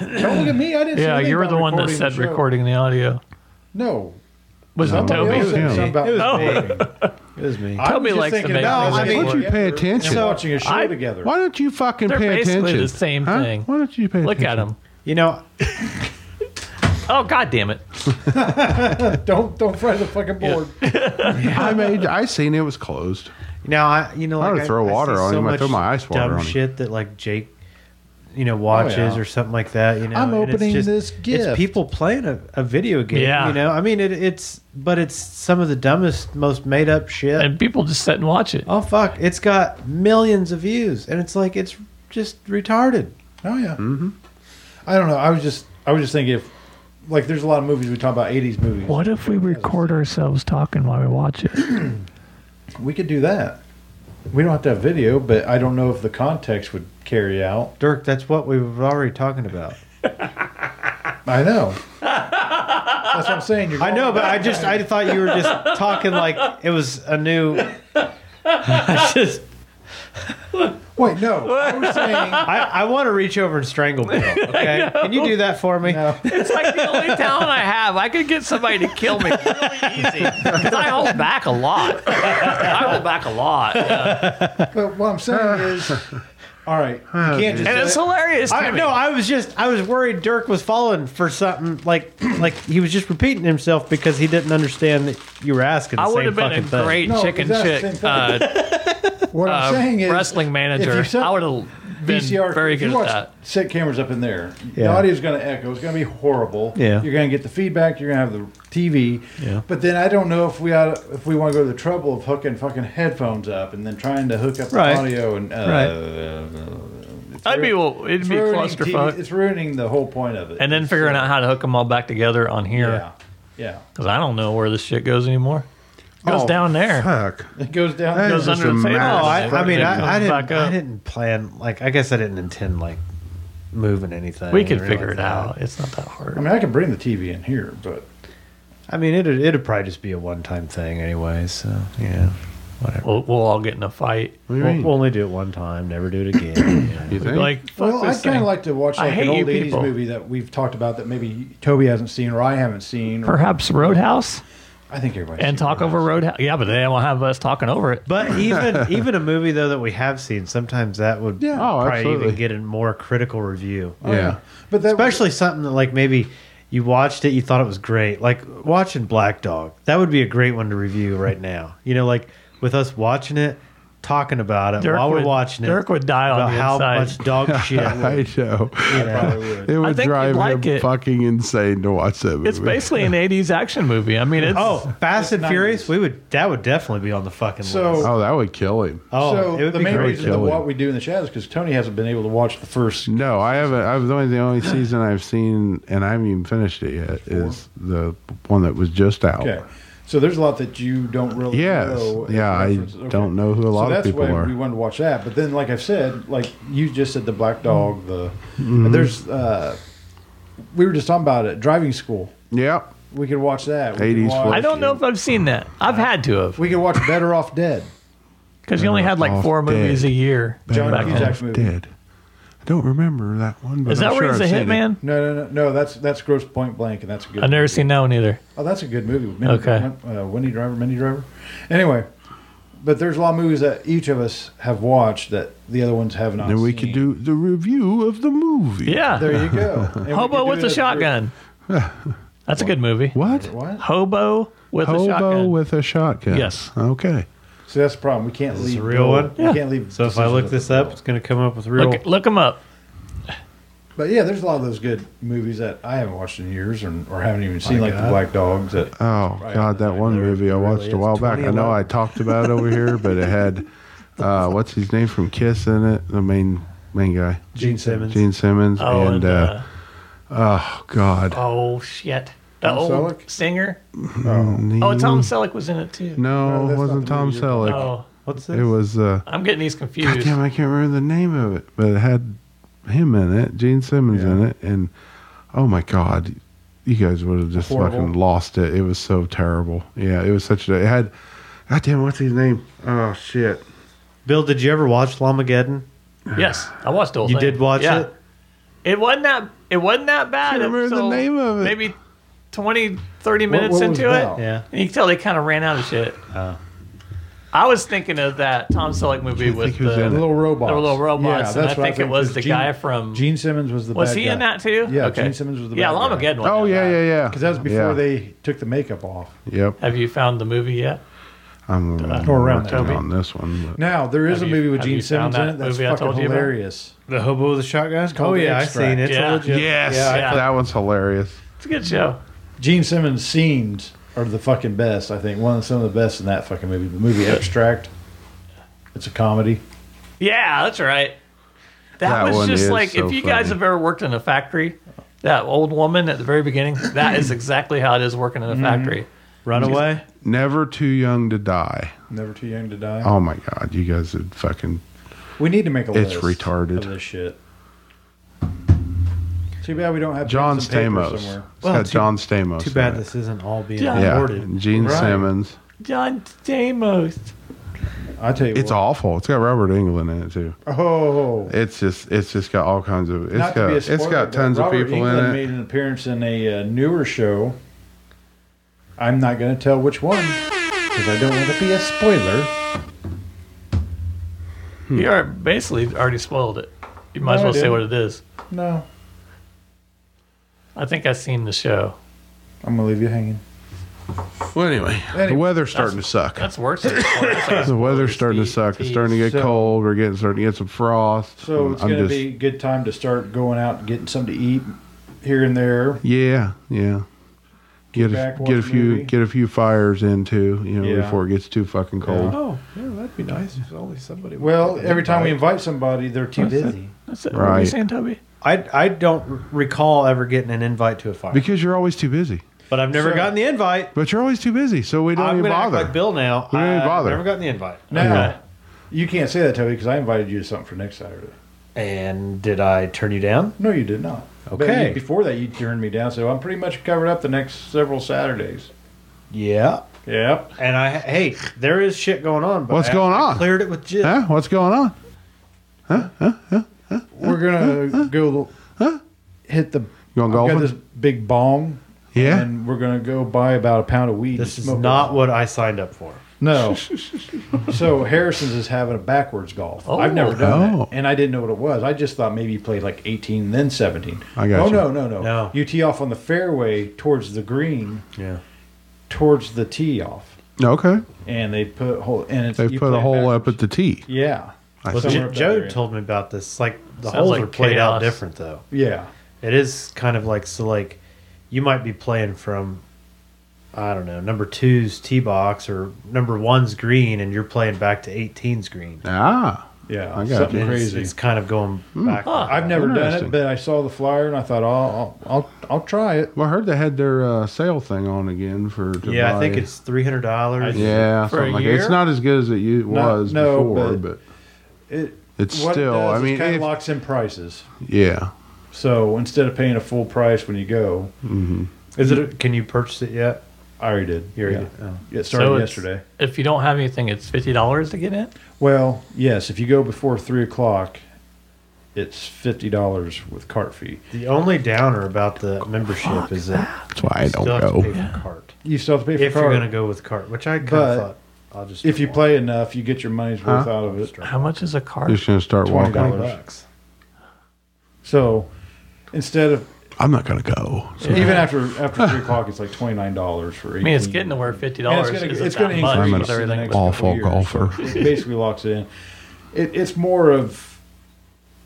don't look at me i didn't say Yeah, anything you were about the one that recording said the show. recording the audio. no Was it Somebody Toby? Somebody else said something Yeah. about It was Oh. recording. It was me. I was Toby just likes to thinking make about things I mean, Why don't you pay attention? so watching a show I- together Why don't you fucking They're pay basically attention? the same Huh? thing. Why don't you pay Look attention? at him. You know, Oh God damn it! don't don't fry the fucking board I made. I seen it was closed. Now I, you know, I like, would throw water see on so him. I much throw my ice water dumb on him. Oh, shit that like Jake, you know, watches yeah. or something like that. You know, I'm and it's opening just- this gift. It's people playing a, a video game. Yeah. you know, I mean, it, it's but it's some of the dumbest, most made up shit. And people just sit and watch it. oh fuck, it's got millions of views, and it's like it's just retarded. Oh yeah. Mm-hmm. I don't know. I was just I was just thinking if like there's a lot of movies we talk about 80s movies. What if we record ourselves talking while we watch it? We could do that. We don't have to have video, but I don't know if the context would carry out. Dirk, that's what we were already talking about. I know. That's what I'm saying. You're I going- know, but I just I thought you were just talking like it was a new. I just Wait, no. I was saying I, I want to reach over and strangle Bill. Okay, can you do that for me? uh, It's like the only talent I have. I could get somebody to kill me really easy. 'Cause I hold back a lot. I hold back a lot. But what I'm saying is, all right, you can't just. And do it's it. hilarious. To I, me. no, I was just I was worried Dirk was falling for something like like he was just repeating himself because he didn't understand that you were asking the I would same have been a fucking thing. great No, chicken that's chick the same thing. uh, what I'm uh, saying is, wrestling manager. you set I would have been VCR, very if you good at watch- that. Set cameras up in there. The Yeah. audio's going to echo. It's going to be horrible. Yeah. You're going to get the feedback. You're going to have the TV. Yeah. But then I don't know if we ought if we want to go to the trouble of hooking fucking headphones up and then trying to hook up the Right. audio and. Uh, Right. it's I'd be ru- well, it'd it's be ruining clusterfuck. TV it's ruining the whole point of it. and then figuring out how to hook them all back together on here Yeah. Yeah. because I don't know where this shit goes anymore. It goes Oh, down there. Fuck. It goes down. That Goes is just under a the table. mess. No, I, I mean It I, I comes back didn't I up. didn't plan like I guess I didn't intend like moving anything. We could or figure like it that. out. It's not that I hard. mean, I could bring the TV in here, but I mean it'd it'd probably just be a one time thing anyway. So yeah, whatever. We'll, we'll all get in a fight. What do you We'll, mean? we'll only do it one time. Never do it again. yeah. you think? Like, fuck well, this I'd kind thing. of like to watch I like hate an old you '80s people. movie that we've talked about that maybe Toby hasn't seen or I haven't seen. Or Perhaps Roadhouse I think everybody and talk over Roadhouse. Yeah, but they won't have us talking over it. But even even a movie though that we have seen, sometimes that would Yeah. Oh, probably absolutely. even get a more critical review. oh, yeah. but that Especially something that like maybe you watched it, you thought it was great. Like watching Black Dog, that would be a great one to review right now. You know, like with us watching it, talking about it Dirk while would- we're watching it. Dirk would die on about the how inside. much dog I shit. know. I probably would. It would think drive you'd like him it. fucking insane to watch that movie. It's basically an 80s action movie. I mean, it's. Oh, Fast and not Furious, used. we would that would definitely be on the fucking So- list. Oh, that would kill him. Oh, it so would the be main great. reason that Killing. what we do in the shadows because Tony hasn't been able to watch the first. No, I haven't. I've the only the only season I've seen, and I haven't even finished it yet. Is the one that was just out. Okay, so there's a lot that you don't really Yes. know. as Yeah, I references. Okay. don't know who a lot so of that's people why are. We wanted to watch that, but then, like I've said, like you just said, the Mm-hmm. Black Dog, the there's. uh We were just talking about it. Driving school. Yep. We could watch that. We could 80s watch- flick. I don't know if I've seen that. I've had to have We could watch Better Off Dead. because you only had like Off four Dead. movies a year. John back Cusack then. Jack's movie. Dead. I don't remember that one. But Is that I'm where sure he's a I've seen it. hitman? No, no, no, no. That's that's Gross Point Blank, and that's a good. I've never movie. seen that one either. Oh, that's a good movie. With Minnie, Okay. uh, Wendy Driver, Minnie Driver. Anyway, but there's a lot of movies that each of us have watched that the other ones have not. Then we seen. could do the review of the movie. Yeah. There you go. And we could Hobo do with it a as shotgun. That's a good movie. What? group. What? Hobo with Hobo a shotgun. with a shotgun. Yes. Okay. So that's the problem. We can't this leave a real one? We Yeah. can't leave. So if I look this up, it's going to come up with real. look, look him up. but yeah, there's a lot of those good movies that I haven't watched in years, and or haven't even seen, like the Black Dogs. That Uh, Oh God, that one movie I watched a while back. I know I talked about it over here, but it had uh, what's his name from Kiss in it, the main main guy, Gene Simmons. Gene Simmons, Oh, and uh, oh God, oh shit, the Tom old Selleck? singer. Oh, Tom Selleck was in it too. No, No, it that's wasn't not the Tom movie you're Selleck. Oh, What's It this? was uh, I'm getting these confused. goddamn, I can't remember the name of it, but it had him in it, Gene Simmons in it, and oh my God, you guys would have just Horrible. fucking lost it. It was so terrible. Yeah, it was such a. It had goddamn, what's his name? Oh shit. Bill, did you ever watch Lamageddon? Yes, I watched the whole You thing. did watch Yeah. it? It wasn't that. It wasn't that bad. Can't remember the until name of it. Maybe 20, 30 minutes what was into it it, about? Yeah. and you can tell they kind of ran out of shit. I was thinking of that Tom Selleck movie with think who's the in it. the little robots. The little robots, and I what think it was 'cause the Gene- guy from- Gene Simmons was the. Was bad he guy. in that too? Yeah, Gene Simmons was the yeah. bad guy. Lamageddon. wasn't Oh that yeah, bad. yeah, yeah. Because that was before Yeah. they took the makeup off. Yep. Have you found the movie yet? I'm Or around working Toby. on this one. But. Now there is Have a you- movie with have Gene you found Simmons in that it that's movie I fucking told you about? hilarious. The hobo with the shotgun? called Oh, yeah, I Extract. seen it. It's a Yeah. legit. Yes. Yeah, I Yeah. That one's hilarious. It's a good show. Gene Simmons scenes are the fucking best. I think one of some of the best in that fucking movie. The movie Extract. It's a comedy. Yeah, that's right. That, That was one just is like so if you guys funny. have ever worked in a factory, that old woman at the very beginning, that is exactly how it is working in a factory. Runaway? Never too young to die. Never too young to die. Oh my god, you guys would fucking we need to make a it's list. retarded. Of this shit. Too bad we don't have John pens and paper Stamos. It's somewhere. Well, got too- John Stamos. Too in bad it. this isn't all being Yeah. Yeah. recorded. Gene Right. Simmons. John Stamos. I tell you, It's what. awful. It's got Robert Engel in it too. Oh, It's just it's just got all kinds of it's Not to got be a it's spoiler, got but tons Robert of people Englund in it. Made an appearance in a uh, newer show. I'm not going to tell which one because I don't want to be a spoiler. Hmm. You are basically already spoiled it. You might as No, I well say didn't. what it is. No, I think I've seen the show. I'm going to leave you hanging. Well, anyway, the Anyway, weather's starting to suck. That's worse. Than a spoiler. It's like a The weather's spoiler. starting to suck. It's starting to get So- cold. We're getting starting to get some frost. So I'm- it's I'm going to just- be a good time to start going out and getting something to eat here and there. Yeah, yeah. Get back, a, watch get a a few movie. get a few fires in too, you know, Yeah. before it gets too fucking cold. Oh, yeah, that'd be nice. If only somebody. would Well, get that every time we invite. invite somebody, they're too busy. That's it. What were you Right. saying, Toby? I, I don't recall ever getting an invite to a fire, Because you're always too busy. but I've never So- gotten the invite. But you're always too busy, so we don't I'm even gonna act bother. like Bill now. We don't even I've bother. Never gotten the invite. Now, Yeah. you can't say that, Toby, because I invited you to something for next Saturday. And did I turn you down? No, you did not. But Okay. you- before that, you turned me down, so I'm pretty much covered up the next several Saturdays. Yeah. Yep. And I hey, there is shit going on. But What's I- going I on? cleared it with Jim. Huh? What's going on? We're gonna go hit the. You going I've golfing? got this big bong. Yeah. And we're gonna go buy about a pound of weed. This and is smoke it. not what I signed up for. No. so Harrison's is having a backwards golf. Oh. I've never done Oh. that, and I didn't know what it was. I just thought maybe you played like 18, then 17. I got oh, you. no, no, no, No. You tee off on the fairway towards the green, Yeah. towards the tee off, Okay. and they put hole and it's, They've you put play a it hole up backwards. at the tee. Yeah, I Well, see. J- Somewhere up that Joe area. told me about this. Like the Sounds holes like are played out chaos. different though. yeah. It is kind of like so like you might be playing from I don't know, number two's tee box or number one's green and you're playing back to eighteen's green. Ah. Yeah, I got something you. And it's, crazy. it's kind of going Hmm. back. I've never done Interesting. it, but I saw the flyer and I thought, oh, I'll, I'll, I'll try it. Well, I heard they had their uh, sale thing on again for. To yeah, I buy- think it's three hundred dollars. Yeah, For a something like that. It's year? not as good as it u- Not- was no, before, but- but, It it's what still. It I does mean, kind of if- locks in prices. yeah, So instead of paying a full price when you go, Mm-hmm. Is it? a- can you purchase it yet? I already did. You already yeah. did. Oh. It started it's- yesterday. If you don't have anything, it's fifty dollars to get in. Well, yes, if you go before three o'clock, it's fifty dollars with cart fee. The only downer about the membership is that that's why I you don't still have to pay go. for cart. You still have to pay for If you're cart. going to go with cart, which I kind But of thought, I'll just if you walk. play enough, you get your money's worth out of it. How much is a car? Just gonna start Twenty walking. dollars. So instead of I'm not gonna go. So even after after three o'clock, it's like twenty nine dollars for. 18. I mean, it's getting to where fifty dollars And is it's it's gonna that much increase with in everything. next- couple awful years. golfer. It basically locks it in. It, it's more of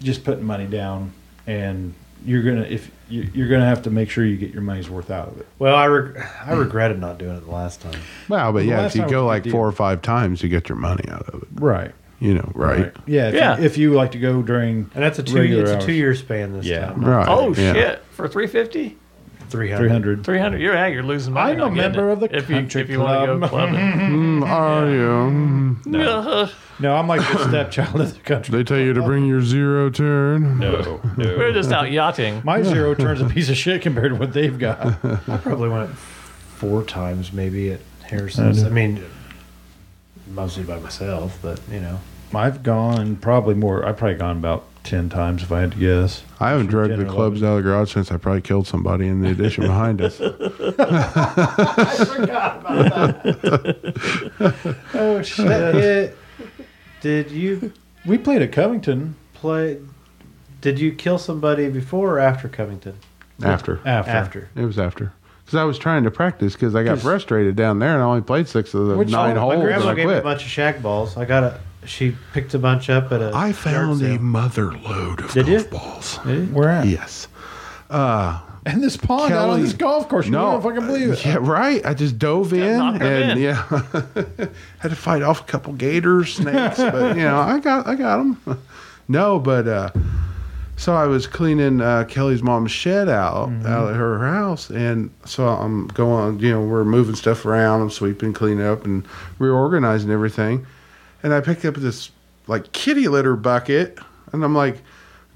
just putting money down, and you're gonna if you, you're gonna have to make sure you get your money's worth out of it. Well, I reg- I Hmm. regretted not doing it the last time. Wow, The but yeah, last if you time was go a like good four or five times, you get your money out of it. Right. You know, right? Yeah. If, Yeah. You, if you like to go during And that's a two regular it's hours. a two year span this Yeah. time. Right. Oh yeah. shit! For 350 Three three hundred. hundred. 300 You're yeah, you're losing money. I'm not a getting member it. of the if you, country if you want to go club. clubbing. Uh-huh. Mm, Are you? Mm. no. No, I'm like the stepchild of the country. They tell you to bring your zero turn. No, We're just out yachting. My zero turns a piece of shit compared to what they've got. I probably went four times maybe at Harrison's. I mean, mostly by myself, but you know. I've gone probably more. I've probably gone about ten times if I had to guess. I haven't dragged the 10 or clubs out of the garage since I probably killed somebody in the addition behind us. Oh shit! It- did you we played at Covington play? Did you kill somebody before or after Covington? After. after. After. It was after. Because I was trying to practice because I got frustrated down there and I only played six of the Which- nine oh, my holes My and grandma I gave me a quit. bunch of shag balls. I got a. She picked a bunch up at a. I yard found a sale. mother load of Did you? Oh, golf balls. Where at? Yes. And this pond out on Kelly. this golf course. You No. don't fucking believe it. Yeah, right. I just dove in knock 'em and in. yeah, had to fight off a couple gators, snakes, but you know, I got I got them. No, but uh, so I was cleaning uh, Kelly's mom's shed out out of her house, and so I'm going. You know, we're moving stuff around. I'm sweeping, cleaning up, and reorganizing everything. And I picked up this like kitty litter bucket, and I'm like.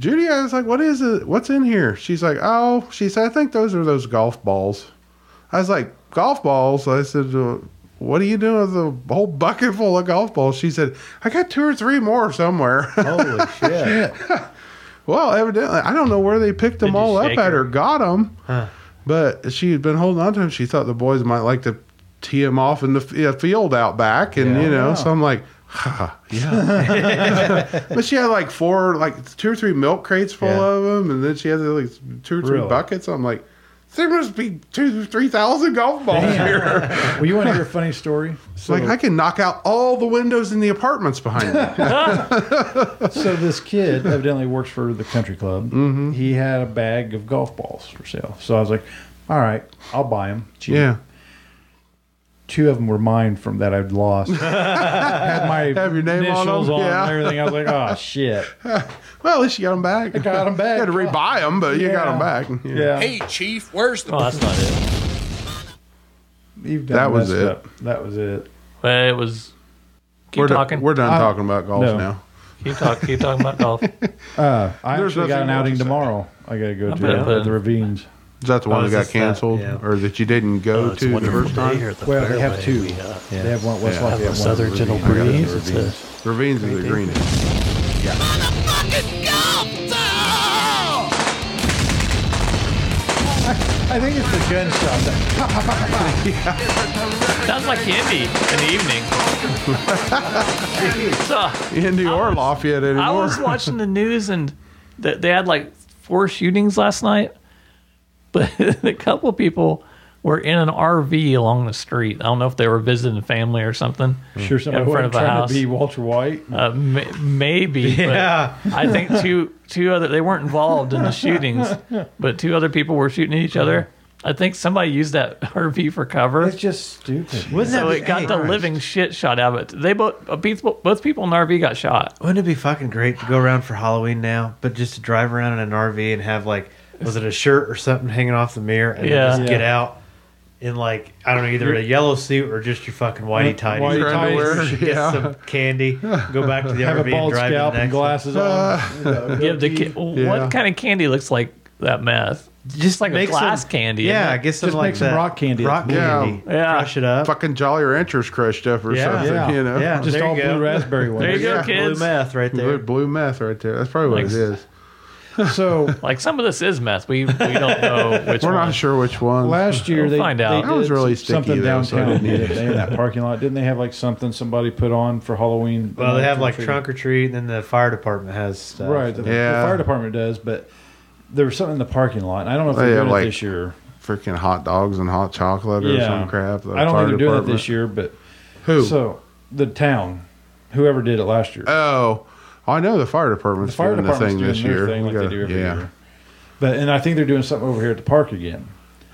Judy, I was like, "What is it? What's in here?" She's like, "Oh," she said, "I think those are those golf balls." I was like, golf balls. I said, uh, What are you doing with a whole bucket full of golf balls? She said, I got two or three more somewhere. Holy shit! well, evidently, I don't know where they picked them Did you all up shake at her? or got them, but she had been holding on to them. She thought the boys might like to tee him off in the f- yeah, field out back. And, you know, so I'm like, ha, yeah. but she had like four, like two or three milk crates full Yeah. of them. And then she had like two or three Really? buckets. I'm like, there must be two, 3,000 golf balls here. Well, you want to hear a funny story? So, Like I can knock out all the windows in the apartments behind me. so this kid evidently works for the country club. Mm-hmm. He had a bag of golf balls for sale. So I was like, "All right, I'll buy them." Cheap. yeah, two of them were mine from that I'd lost. had my Have your name on initials 'em, on 'em yeah. and everything. I was like, "Oh shit!" well at least you got them back. I got 'em back. you had to rebuy them, but you got Yeah. them back. Yeah. Yeah, Hey, Chief, where's the Well, that's not it. You've done That was messed it. Up. That was it. But it was. Keep We're, do- talking. we're done I- talking about golf Uh, no. now. keep talking. Keep talking about golf. I Uh, There's actually got an nothing more to outing say. tomorrow. I gotta go better to put at the in- ravines. Is that the Oh, one is that this got that? canceled Yeah. Oh, or that you didn't go to the first time? Well, they have two. They have one at West Lafayette. one at Southern the Gentle ravines. I gotta Breeze. go to the It's a- ravines. Ravines of the greenest. I think it's the gunshot. That, Sounds like Indy in the evening. So, Indy or Lafayette anymore. I was watching the news and th- they had like four shootings last night, but a couple of people were in an RV along the street. I don't know if they were visiting family or something. sure, somebody front wasn't of a trying house. to be Walter White. Uh, may- maybe. Yeah. I think two two other they weren't involved in the shootings, but two other people were shooting at each other. I think somebody used that RV for cover. It's just stupid. Wouldn't so that it be- got hey, the living shit shot out of it. They both uh, people, both people in the RV got shot. Wouldn't it be fucking great to go around for Halloween now, but just to drive around in an RV and have like, was it a shirt or something hanging off the mirror, and Yeah. then just get Yeah. out in like I don't know, either a yellow suit or just your fucking whitey tighty, Whitey Your underwear, tighties. get yeah. some candy, go back to the Have RV a and bald drive scalp the next and glasses on. Give the kid Yeah. what kind of candy looks like that meth? Just like a make some- glass candy. isn't Yeah, I it? guess Just like make some that rock candy. Rock Yeah. candy, Yeah. crush it up. Fucking Jolly Ranchers crushed up or Yeah. something, Yeah. you know? Yeah. Just There you all go. blue raspberry There you ones. go, Yeah, Blue kids. meth right Blue, there. blue meth right there. That's probably what Like- it is. So Like some of this is meth. We we don't know which We're one. not sure which one. last year We'll they, find they out. did That was really sticky, something though, downtown so I didn't didn't they, in that parking lot didn't they have like something somebody put on for halloween Well, they have like Trick-or-treat. trunk or treat, and then the fire department has stuff. right the, the Yeah. fire department does but there was something in the parking lot and i don't know if They they're have, doing like, it this year Freaking hot dogs and hot chocolate or some crap. the i don't fire think they're doing it department. this year but Who? so the town whoever did it last year Oh, I know the fire department's the fire doing the department's thing doing this their year. thing We like gotta- they do every yeah. year but and i think they're doing something over here at the park again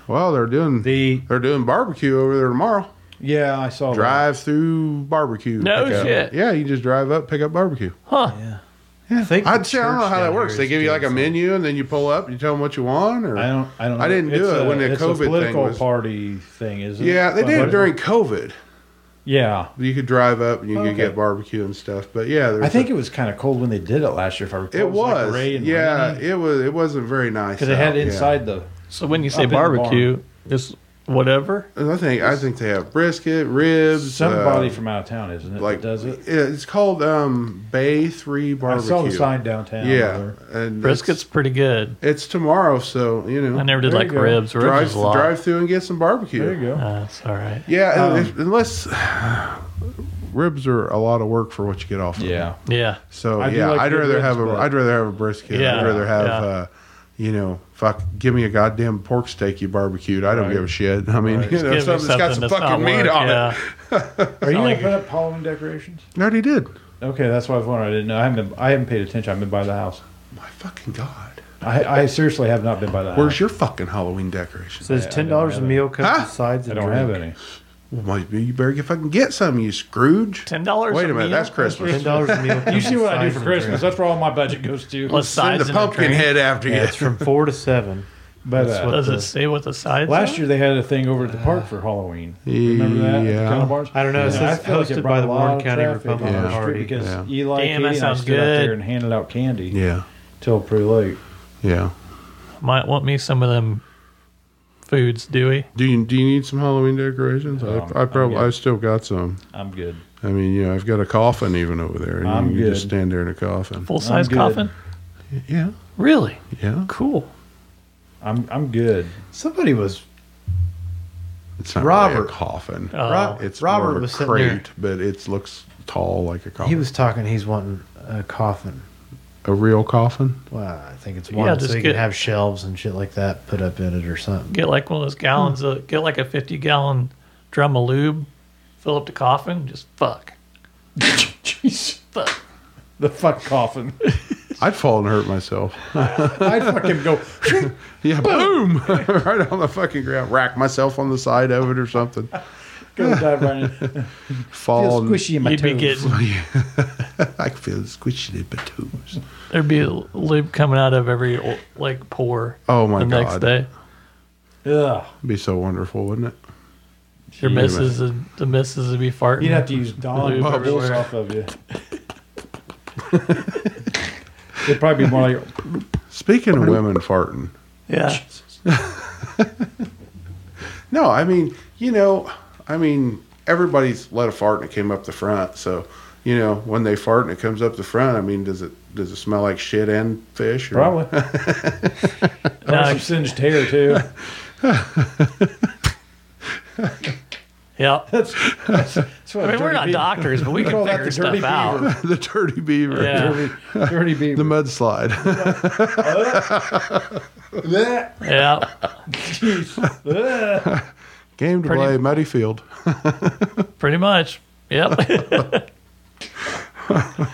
Well, they're doing The they're doing barbecue over there tomorrow. yeah i saw that. Drive through barbecue. No pickup. shit. Yeah, you just drive up, pick up barbecue. I think the I'd say I don't know church how that down works. here They is give you doing like a something. menu, and then you pull up, you tell them what you want. Or I don't. I don't. I know. didn't do It's it a- when the it's COVID a thing political was- party thing, is it? Yeah, they did What- it during COVID. Yeah, You could drive up and you Okay. could get barbecue and stuff. But yeah, there's I think a- it was kind of cold when they did it last year. If I recall, it, was. like gray and yeah, it was. It wasn't very nice. because they out, had yeah. inside the. So when you Up say in the barn. barbecue, it's whatever. And I think I think they have brisket, ribs. Somebody uh, from out of town, isn't it? like that does it? It's called um, Bay Three I Barbecue. saw the sign downtown. Yeah, over and Brisket's It's, pretty good. it's tomorrow, so you know. I never did There like you go. ribs. Ribs drive is a lot. drive through and get some barbecue. there. There you go. Uh, it's all right. Yeah, Um, if- unless ribs are a lot of work for what you get off. Of. yeah, Yeah. So I do yeah, like I'd good rather ribs, have a but- I'd rather have a brisket. Yeah, I'd rather have yeah. uh, you know fuck give me a goddamn pork steak you barbecued. I don't Right. give a shit. I mean you Give know me something's got some that's not fucking meat work, on yeah. are it. you not gonna like- put up Halloween decorations? I already did. Okay, that's why I was wondering. I didn't know. I haven't. Been, I haven't paid attention. I've been by the house. My fucking god, I, I seriously have not been by the house. Uh, where's your fucking Halloween decorations? So it's ten dollars a meal comes Huh? with sides I and don't drink. have any. Well, might be- you better get fucking get some, you Scrooge. $10 Wait a a minute, meal? that's Christmas. Ten dollars a meal. You see what I do for Christmas? That's where all my budget goes to. Plus Send sides the and a pumpkin drink. head after Yeah, you. it's from four to seven. But That's uh, what Does the- it say what the sides? Last are? year they had a thing over at the park for Halloween. Remember that? Yeah. Counter bars? I don't know. It Yeah, says Uh, I feel like it hosted brought by the a lot Warren of County traffic Republican on the street Party. Because Yeah. Eli Damn, Katie that and I sounds stood out there good. and handed out candy Yeah, till pretty late. yeah. might want me some of them foods, do we? Do you do you need some Halloween decorations? No, I, I I'm probably good. I still got some. I'm good. I mean, you know, I've got a coffin even over there. and I'm you can just good. stand there in a coffin. Full size good. coffin? Yeah, Really? yeah. Cool. I'm I'm good. Somebody was It's not Robert. Robert. a coffin. Oh. Rob- it's Robert Robert more of a was sitting there. crate, but it looks tall like a coffin. he was talking. He's wanting a coffin. a real coffin. Well, I think it's Yeah, one so just he get- can have shelves and shit like that put up in it or something. Get like one of those gallons of, get like a 50 gallon drum of lube, fill up the coffin, just fuck. Jeez, Fuck. the fuck coffin. I'd fall and hurt myself. I'd fucking go. Yeah, boom! right on the fucking ground. Rack myself on the side of it or something. Go dive right in. Fall. Feel and- squishy in my You'd be toes. getting, Oh, I can feel the squishy in my toes. there'd be lube coming out of every like pour Oh my the next God. day. Ugh. It'd be so wonderful, wouldn't it? Your missus, would- the missus would be farting. You'd have to use Dawn Lube to wash everywhere. off of you. It'd probably be more like Speaking of women farting. yeah. No, I mean, you know, I mean, everybody's let a fart and it came up the front. So, you know, when they fart and it comes up the front, I mean, does it does it smell like shit and fish? Or, probably Now, some singed hair too. yeah. That's what I mean, we're dirty not beaver- doctors, but we can call that figure the dirty stuff out. the dirty beaver, Yeah. Dirty, dirty the beaver. mudslide. Yeah. Game Pretty- to play, muddy field. Pretty much. Yep. I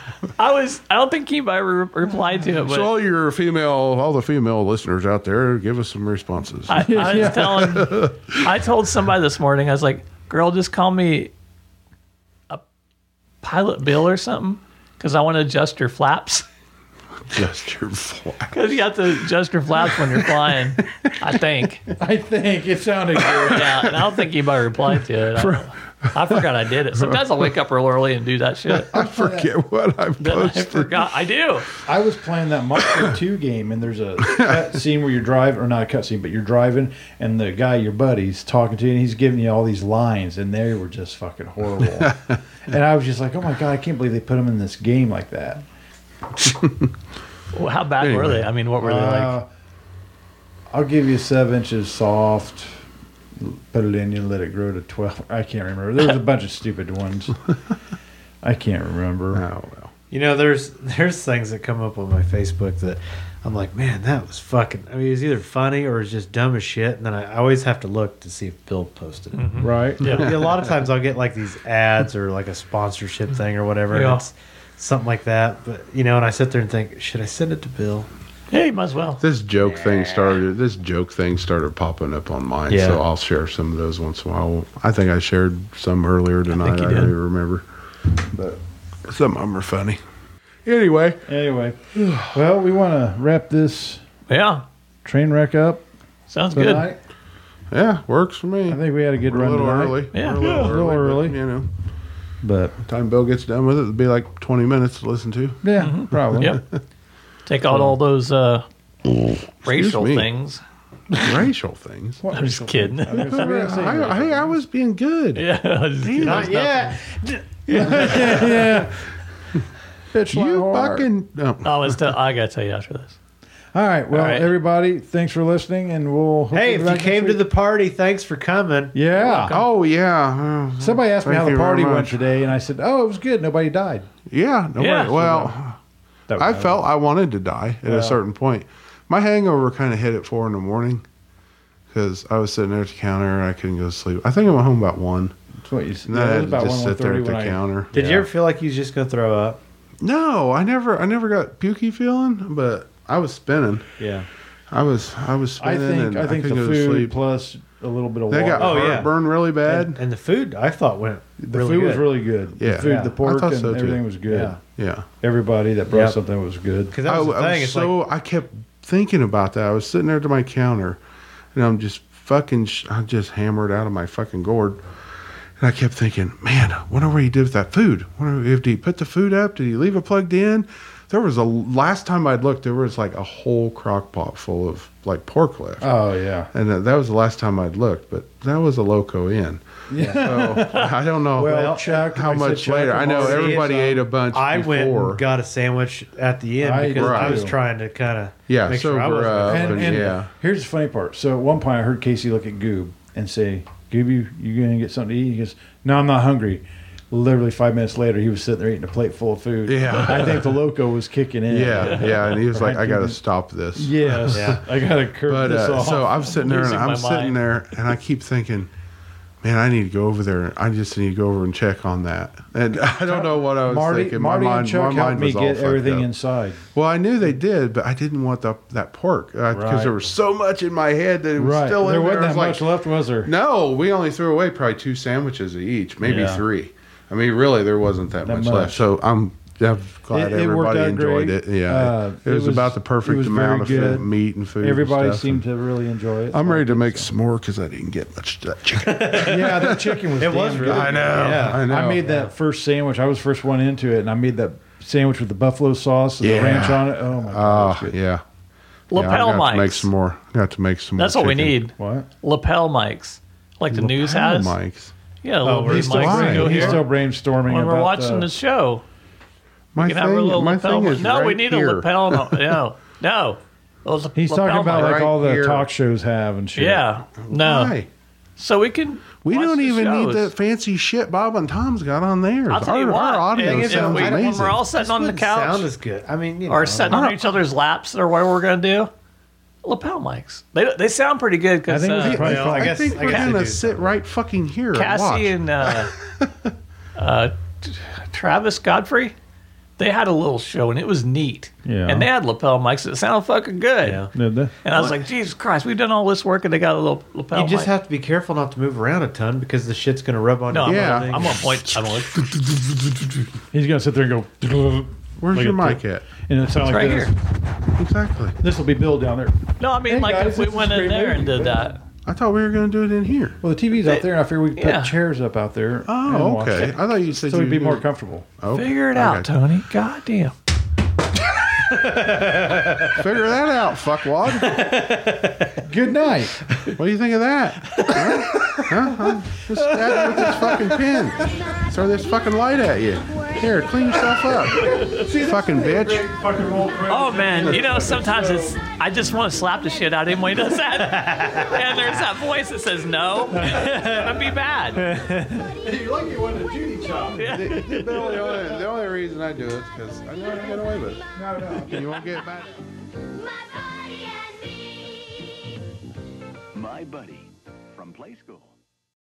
was. I don't think anybody re- replied to it, but So all your female, all the female listeners out there, give us some responses. I, I was telling. I told somebody this morning. I was like, "Girl, just call me a pilot bill or something, because I want to adjust your flaps. Just your flat. Because you have to adjust your flaps when you're flying. I think. I think it sounded good. Yeah, and I don't think anybody replied to it. I, I forgot I did it. Sometimes I wake up real early and do that shit. I forget what I Then I posted. forgot. I do. I was playing that Monster Two game, and there's a cut scene where you're driving, or not a cut scene, but you're driving, and the guy, your buddy's talking to you, and he's giving you all these lines, and they were just fucking horrible. and I was just like, oh my god, I can't believe they put him in this game like that. Well, how bad were they? I mean, what were they like? Uh, I'll give you seven inches soft. Put it in you, let it grow to twelve. I can't remember. There was a bunch of stupid ones. I can't remember. Oh well. You know, there's there's things that come up on my Facebook that I'm like, man, that was fucking. I mean, it's either funny or it's just dumb as shit. And then I always have to look to see if Bill posted it. Mm-hmm. Right? Yeah, a lot of times I'll get like these ads or like a sponsorship thing or whatever. Yeah. And it's something like that. But you know, and I sit there and think, should I send it to Bill? Yeah, you might as well. This joke thing started. This joke thing started popping up on mine, Yeah. so I'll share some of those once in a while. I think I shared some earlier tonight. you I, did. don't even remember, but some of them are funny. Anyway, Anyway, well, we want to wrap this Yeah, train wreck up sounds good. tonight. yeah, works for me. I think we had a good we're a run little tonight, early. Yeah. we're a little Yeah, a little early. early. but, you know, but time Bill gets done with it, it'll be like twenty minutes to listen to. yeah, probably. Mm-hmm. Yep. Take out all those uh, racial me. things. Racial things. What I'm just kidding. was I, gonna say- I- hey, I was being good. yeah, I was just kidding. There's nothing. yeah. Bitch, You lie hard. fucking. oh, No. I was. T- Oh, I gotta tell you after this. All right. Well, All right. everybody, thanks for listening, and we'll. hopefully Hey, be if you back came next to the week. party, thanks for coming. Yeah. Oh yeah. Uh, Somebody asked me Thank how the you very party went much. today, and I said, "Oh, it was good. Nobody died." Yeah. No Yeah. way. Well. That I was- felt I wanted to die at Yeah. a certain point. My hangover kind of hit at four in the morning because I was sitting there at the counter and I couldn't go to sleep. I think I went home about one. That's what you said. And then Yeah, I it was had to about just sit there 1:30 at the when I- counter. Did Yeah. you ever feel like you was just gonna throw up? No, I never, I never got pukey feeling, but I was spinning. Yeah. I was, I was I spinning. think and I think the couldn't go to food sleep. plus a little bit of They water. got Oh, yeah. heartburn really bad. And, and the food I thought went the really food good. was really good. Yeah. the food, Yeah. the I pork, thought and so, too. everything was good. Yeah. yeah. Everybody that brought Yep. something was good. because that was I, the I thing. was It's so like I kept thinking about that. I was sitting there to my counter, and I'm just fucking. Sh- I'm just hammered out of my fucking gourd, and I kept thinking, man, I wonder what he did with that food. Wonder if did he put the food up? Did he leave it plugged in? There was a last time I'd looked, there was like a whole crock pot full of like pork left. Oh yeah. and that, that was the last time I'd looked, but that was a loco inn. Yeah. So I don't know Well, Chuck, how I said much Chuck, um, later. I know I'll see everybody if, ate a bunch I went before. and got a sandwich at the end I because I did was too. trying to kind of Yeah, make sure I sober was up. And, But and Oh, yeah. here's the funny part. So at one point, I heard Casey look at Goob and say, "Goob, you, you gonna get something to eat?" He goes, "No, I'm not hungry." Literally five minutes later, he was sitting there eating a plate full of food. Yeah. I think the loco was kicking in. yeah, yeah, and he was like, Right, "I got to dude. stop this." Yes. Yeah. I gotta curb But this uh, off. so I'm sitting there, and Losing my I'm sitting mind. there, and I keep thinking, "Man, I need to go over there. I just need to go over and check on that." And I don't know what I was Marty, thinking. Marty my and mind, my Chuck mind helped me was all get fucked everything up. inside. Well, I knew they did, but I didn't want the, that pork because Right. there was so much in my head that it was Right. still in there there. wasn't I that was like, much left, was there? No, we only threw away probably two sandwiches each, maybe Yeah. three. I mean, really, there wasn't that, That much, much. left. So I'm, I'm It- it worked glad everybody out enjoyed great. it. Yeah, Uh, it, was it was- about the it perfect was very amount of good. food, meat and food. and Everybody stuff. seemed to really enjoy it. I'm ready to make some more because I didn't get much of that chicken. yeah, that chicken was. damn was good. really I know. Yeah, I know. made that first sandwich. I was first one into it, and I made that sandwich with the buffalo sauce and Yeah. the ranch on it. Oh my god, Oh, it was good. yeah. Lapel yeah, I got to make mics. some more. Got to make some. That's more what we chicken. need. What? Lapel mics, like the news Lapel has. mics. Yeah, the Oh, little we're blue still mics that fine. go He's He's here. still brainstorming when about we're watching the the, show, My we can have our little thing, my lapel. thing mic. is No, we right need here. a lapel. mic. No, no. Those He's lapel talking about mics. like Right all the here. talk shows have and shit. yeah, no. Why? So we can. We watch don't the even shows. need that fancy shit Bob and Tom's got on theirs. I'll tell you our, what. our audio if sounds we, amazing. When we're all sitting on the couch sound is good. I mean, you know, or sitting on each other's laps or whatever we're gonna do, lapel mics. They they sound pretty good I because think it was uh, probably well, I I guess- think we're guess they gonna do sit right fucking here. Cassie and and uh, uh, t- Travis Godfrey. They had a little show and it was neat. Yeah. And they had lapel mics. It sounded fucking good. Yeah. Did they? And I was like, Jesus Christ, we've done all this work and they got a little lapel you just mic. have to be careful not to move around a ton because the shit's going to rub on no, I'm, your Yeah. gonna, I'm gonna point. I'm gonna, He's gonna sit there and go. watch. Where's Look your at mic at? And it sounds like right this. here. Exactly. This will be Bill down there. No, I mean Hey, like guys, if we this is went in great there and movie. did that. I thought we were gonna do it in here. Well, the TV's out there, and I figured we could Yeah. put chairs up out there. and Oh, watch okay. it. I thought you said So you'd we'd be more comfortable. Figure it out, Tony. God damn. Oh, Figure that out, fuckwad. Good night. what do you think of that? Huh? Huh? Huh? Just stab you with this fucking pin. Throw this fucking light at you. Here, clean yourself up. fucking bitch. Oh man, you know sometimes it's I just want to slap the shit out of him when he does that. and there's that voice that says no. That'd be bad. the, the only, the only reason I do it is because I know I can get away with it. No, no. You won't get mad. My body and me. My buddy from play school.